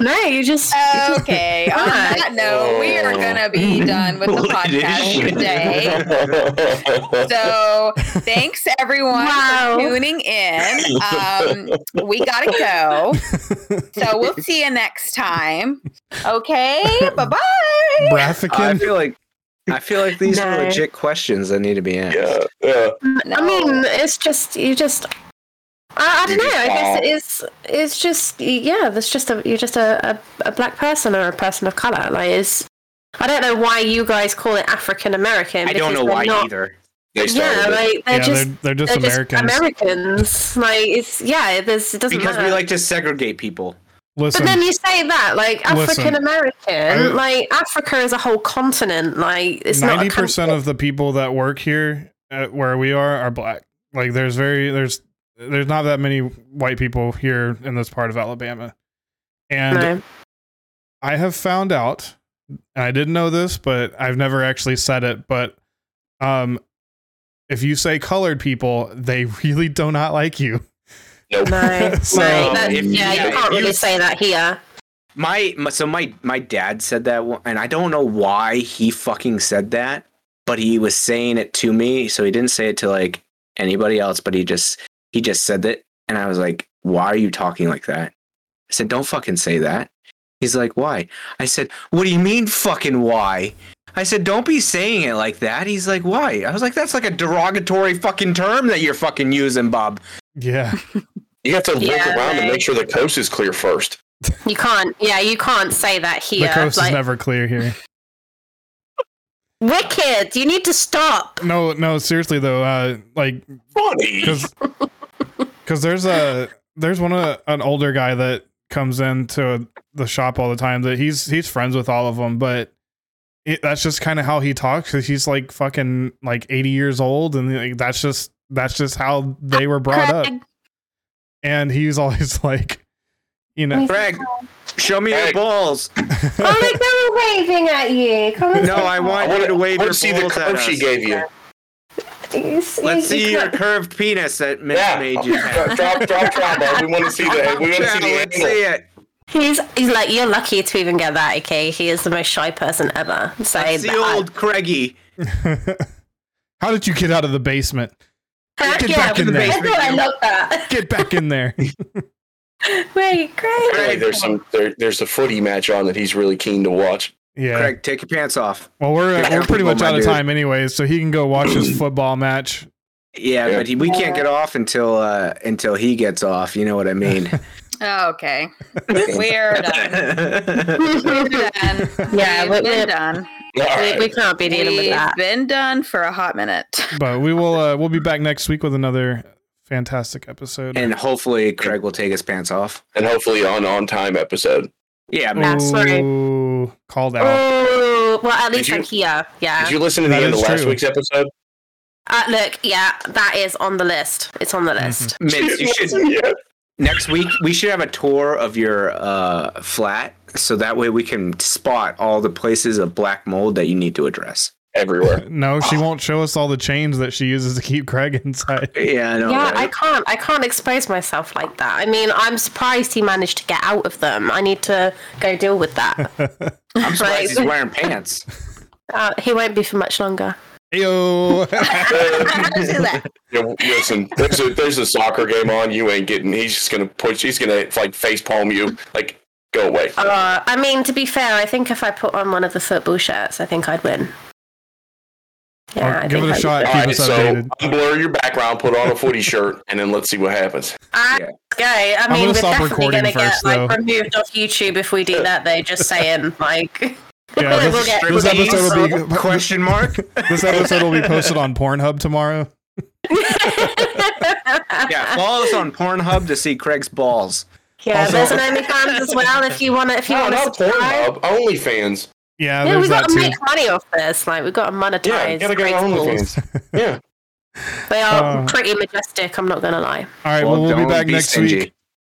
Speaker 3: no, you just.
Speaker 5: Okay. On that note, we
Speaker 3: Oh.
Speaker 5: are going to be done with the podcast today. So thanks everyone
Speaker 3: Wow.
Speaker 5: for tuning in. Um, we got to go. So we'll see you next time. Okay. Bye bye.
Speaker 2: I
Speaker 1: Brafican.
Speaker 2: feel like I feel like these are
Speaker 3: No.
Speaker 2: legit questions that need to be asked.
Speaker 4: yeah, yeah.
Speaker 3: I mean, it's just you just. I, I don't
Speaker 4: You
Speaker 3: know.
Speaker 4: just
Speaker 3: I guess
Speaker 4: are.
Speaker 3: it is. It's just yeah. There's just a you're just a, a, a black person or a person of color. Like is I don't know why you guys call it African American.
Speaker 2: I don't know why either.
Speaker 4: They started
Speaker 3: Yeah,
Speaker 4: it.
Speaker 3: like they're
Speaker 1: Yeah,
Speaker 3: just
Speaker 1: they're, they're just
Speaker 3: they're
Speaker 1: Americans.
Speaker 3: just Americans. Like it's yeah. There's it doesn't
Speaker 2: Because
Speaker 3: matter.
Speaker 2: we like to segregate people.
Speaker 1: Listen,
Speaker 3: but then you say that like
Speaker 1: Listen.
Speaker 3: African
Speaker 1: I-
Speaker 3: American, like Africa is a whole continent. Like it's not
Speaker 1: ninety
Speaker 3: a country.
Speaker 1: percent of the people that work here at where we are are black. Like there's very there's there's not that many white people here in this part of Alabama. And
Speaker 3: No.
Speaker 1: I have found out, and I didn't know this, but I've never actually said it, but um if you say colored people, they really do not like you.
Speaker 4: Nope.
Speaker 3: No,
Speaker 1: So-
Speaker 3: no, that-
Speaker 2: If-
Speaker 3: yeah,
Speaker 2: yeah,
Speaker 3: you can't
Speaker 2: if
Speaker 3: really
Speaker 2: you-
Speaker 3: say that here.
Speaker 2: My, my so my my dad said that, one- and I don't know why he fucking said that, but he was saying it to me. So he didn't say it to like anybody else, but he just he just said it, and I was like, "Why are you talking like that?" I said, "Don't fucking say that." He's like, "Why?" I said, "What do you mean, fucking why?" I said, "Don't be saying it like that." He's like, "Why?" I was like, "That's like a derogatory fucking term that you're fucking using, Bob."
Speaker 1: Yeah.
Speaker 4: You have to look
Speaker 3: Yeah,
Speaker 4: around and
Speaker 3: right.
Speaker 4: make sure the coast is clear first.
Speaker 3: You can't. Yeah, you can't say that here.
Speaker 1: the coast
Speaker 3: like,
Speaker 1: is never clear here.
Speaker 3: wicked. You need to stop.
Speaker 1: No, no, seriously though, uh like
Speaker 4: Funny.
Speaker 1: because because there's a there's one uh, an older guy that comes into the shop all the time that he's he's friends with all of them but it, that's just kind of how he talks 'cause he's like fucking like 80 years old and like, that's just that's just how they were brought up
Speaker 5: Craig,
Speaker 1: and he's always like you know
Speaker 2: Greg, show me your
Speaker 4: Greg.
Speaker 2: balls.
Speaker 3: Oh, like they were waving at you. Come on.
Speaker 2: No, I
Speaker 4: I
Speaker 2: want you
Speaker 4: want
Speaker 2: to wave your
Speaker 4: to see the
Speaker 2: balls at
Speaker 4: curve she
Speaker 2: us.
Speaker 4: gave you.
Speaker 2: Let's see your curved penis that Mitch
Speaker 4: Yeah.
Speaker 2: made you have.
Speaker 4: Drop, drop, drop, drop. We want to see the. We want to
Speaker 2: Yeah,
Speaker 4: see the
Speaker 2: let's see it.
Speaker 4: angle.
Speaker 3: He's he's like you're lucky to even get that. Okay, he is the most shy person ever. So
Speaker 2: Let's see
Speaker 3: that-
Speaker 2: old Craigie.
Speaker 1: how did you get out of the basement
Speaker 3: Heck
Speaker 1: Get
Speaker 3: yeah,
Speaker 1: back in
Speaker 3: I
Speaker 1: there.
Speaker 3: thought I loved that.
Speaker 1: get back in there
Speaker 3: Wait, great.
Speaker 4: Apparently there's some. There, there's a footy match on that he's really keen to watch.
Speaker 1: yeah
Speaker 2: Craig, take your pants off.
Speaker 1: well we're
Speaker 2: Yeah,
Speaker 1: we're pretty
Speaker 2: well,
Speaker 1: much
Speaker 2: my
Speaker 1: out of
Speaker 2: dude.
Speaker 1: time anyways so he can go watch his football match
Speaker 2: Yeah,
Speaker 4: Yeah.
Speaker 2: but he, we can't get off until uh, until he gets off. You know what I mean?
Speaker 5: Oh, okay. We're done. We're done.
Speaker 3: Yeah,
Speaker 5: We've
Speaker 3: we-
Speaker 5: been
Speaker 3: we-
Speaker 5: done.
Speaker 4: All
Speaker 3: We, we
Speaker 4: right.
Speaker 3: can't be dealing with
Speaker 5: We've
Speaker 3: that.
Speaker 5: been done for a hot minute.
Speaker 1: but we will uh, we'll be back next week with another fantastic episode.
Speaker 2: and hopefully Craig will take his pants off.
Speaker 4: And hopefully on on time episode.
Speaker 2: Yeah, man.
Speaker 3: That's right.
Speaker 1: Ooh, called out.
Speaker 3: Oh, well, at least
Speaker 4: you-
Speaker 3: I'm here. Yeah.
Speaker 4: Did you listen to the
Speaker 1: That
Speaker 4: end of
Speaker 1: is
Speaker 4: last
Speaker 1: true.
Speaker 4: week's episode?
Speaker 3: uh, look, yeah, that is on the list. It's on the
Speaker 1: Mm-hmm.
Speaker 3: list.
Speaker 2: Mitch, you should
Speaker 4: Yeah.
Speaker 2: next week we should have a tour of your uh, flat so that way we can spot all the places of black mold that you need to address.
Speaker 4: Everywhere.
Speaker 1: No, she won't show us all the chains that she uses to keep Craig inside.
Speaker 2: Yeah, I know.
Speaker 3: Yeah, I
Speaker 2: right?
Speaker 3: can't. I can't expose myself like that. I mean, I'm surprised he managed to get out of them. I need to go deal with that.
Speaker 2: I'm surprised he's
Speaker 3: Right.
Speaker 2: wearing pants.
Speaker 3: Uh, he won't be for much longer.
Speaker 1: Ayo.
Speaker 4: Yeah, well, listen, there's a there's a soccer game on. You ain't getting. He's just gonna push. He's gonna like face palm you. Like go away.
Speaker 3: Uh, I mean, to be fair, I think if I put on one of the football shirts, I think I'd win. Yeah,
Speaker 1: Well,
Speaker 3: I
Speaker 1: give
Speaker 3: think
Speaker 1: it a
Speaker 3: I'd-
Speaker 1: shot.
Speaker 4: All
Speaker 1: Keep
Speaker 4: right,
Speaker 1: us
Speaker 4: so
Speaker 1: updated.
Speaker 4: unblur your background, put on a footy shirt, and then let's see what happens.
Speaker 3: Ah, go. I
Speaker 1: gonna
Speaker 3: mean, we're
Speaker 1: stop
Speaker 3: definitely
Speaker 1: recording
Speaker 3: going to get
Speaker 1: first, though.
Speaker 3: like removed off YouTube if we do that. Though, just saying, like,
Speaker 1: Yeah,
Speaker 3: we'll
Speaker 1: this,
Speaker 3: get
Speaker 1: this episode will be
Speaker 2: Question mark?
Speaker 1: this episode will be posted on Pornhub tomorrow.
Speaker 2: yeah, follow us on Pornhub to see Craig's balls.
Speaker 3: yeah,
Speaker 1: Also-
Speaker 3: there's an OnlyFans as well. If you want to, if you
Speaker 4: No,
Speaker 3: want to
Speaker 4: not
Speaker 3: subscribe.
Speaker 4: Pornhub, OnlyFans.
Speaker 1: Yeah,
Speaker 3: Yeah,
Speaker 1: there's
Speaker 3: we got
Speaker 1: that
Speaker 3: to
Speaker 1: too.
Speaker 3: make money off this. Like, we've got to monetize.
Speaker 4: Yeah, you gotta go to
Speaker 3: Craig's balls.
Speaker 4: OnlyFans. Yeah,
Speaker 3: They are
Speaker 1: Uh,
Speaker 3: pretty majestic. I'm not going to lie.
Speaker 1: All right, well, we'll be
Speaker 2: don't
Speaker 1: back next
Speaker 2: stingy.
Speaker 1: week.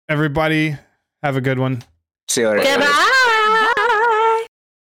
Speaker 1: Everybody, have a good one.
Speaker 2: See you later.
Speaker 3: Goodbye.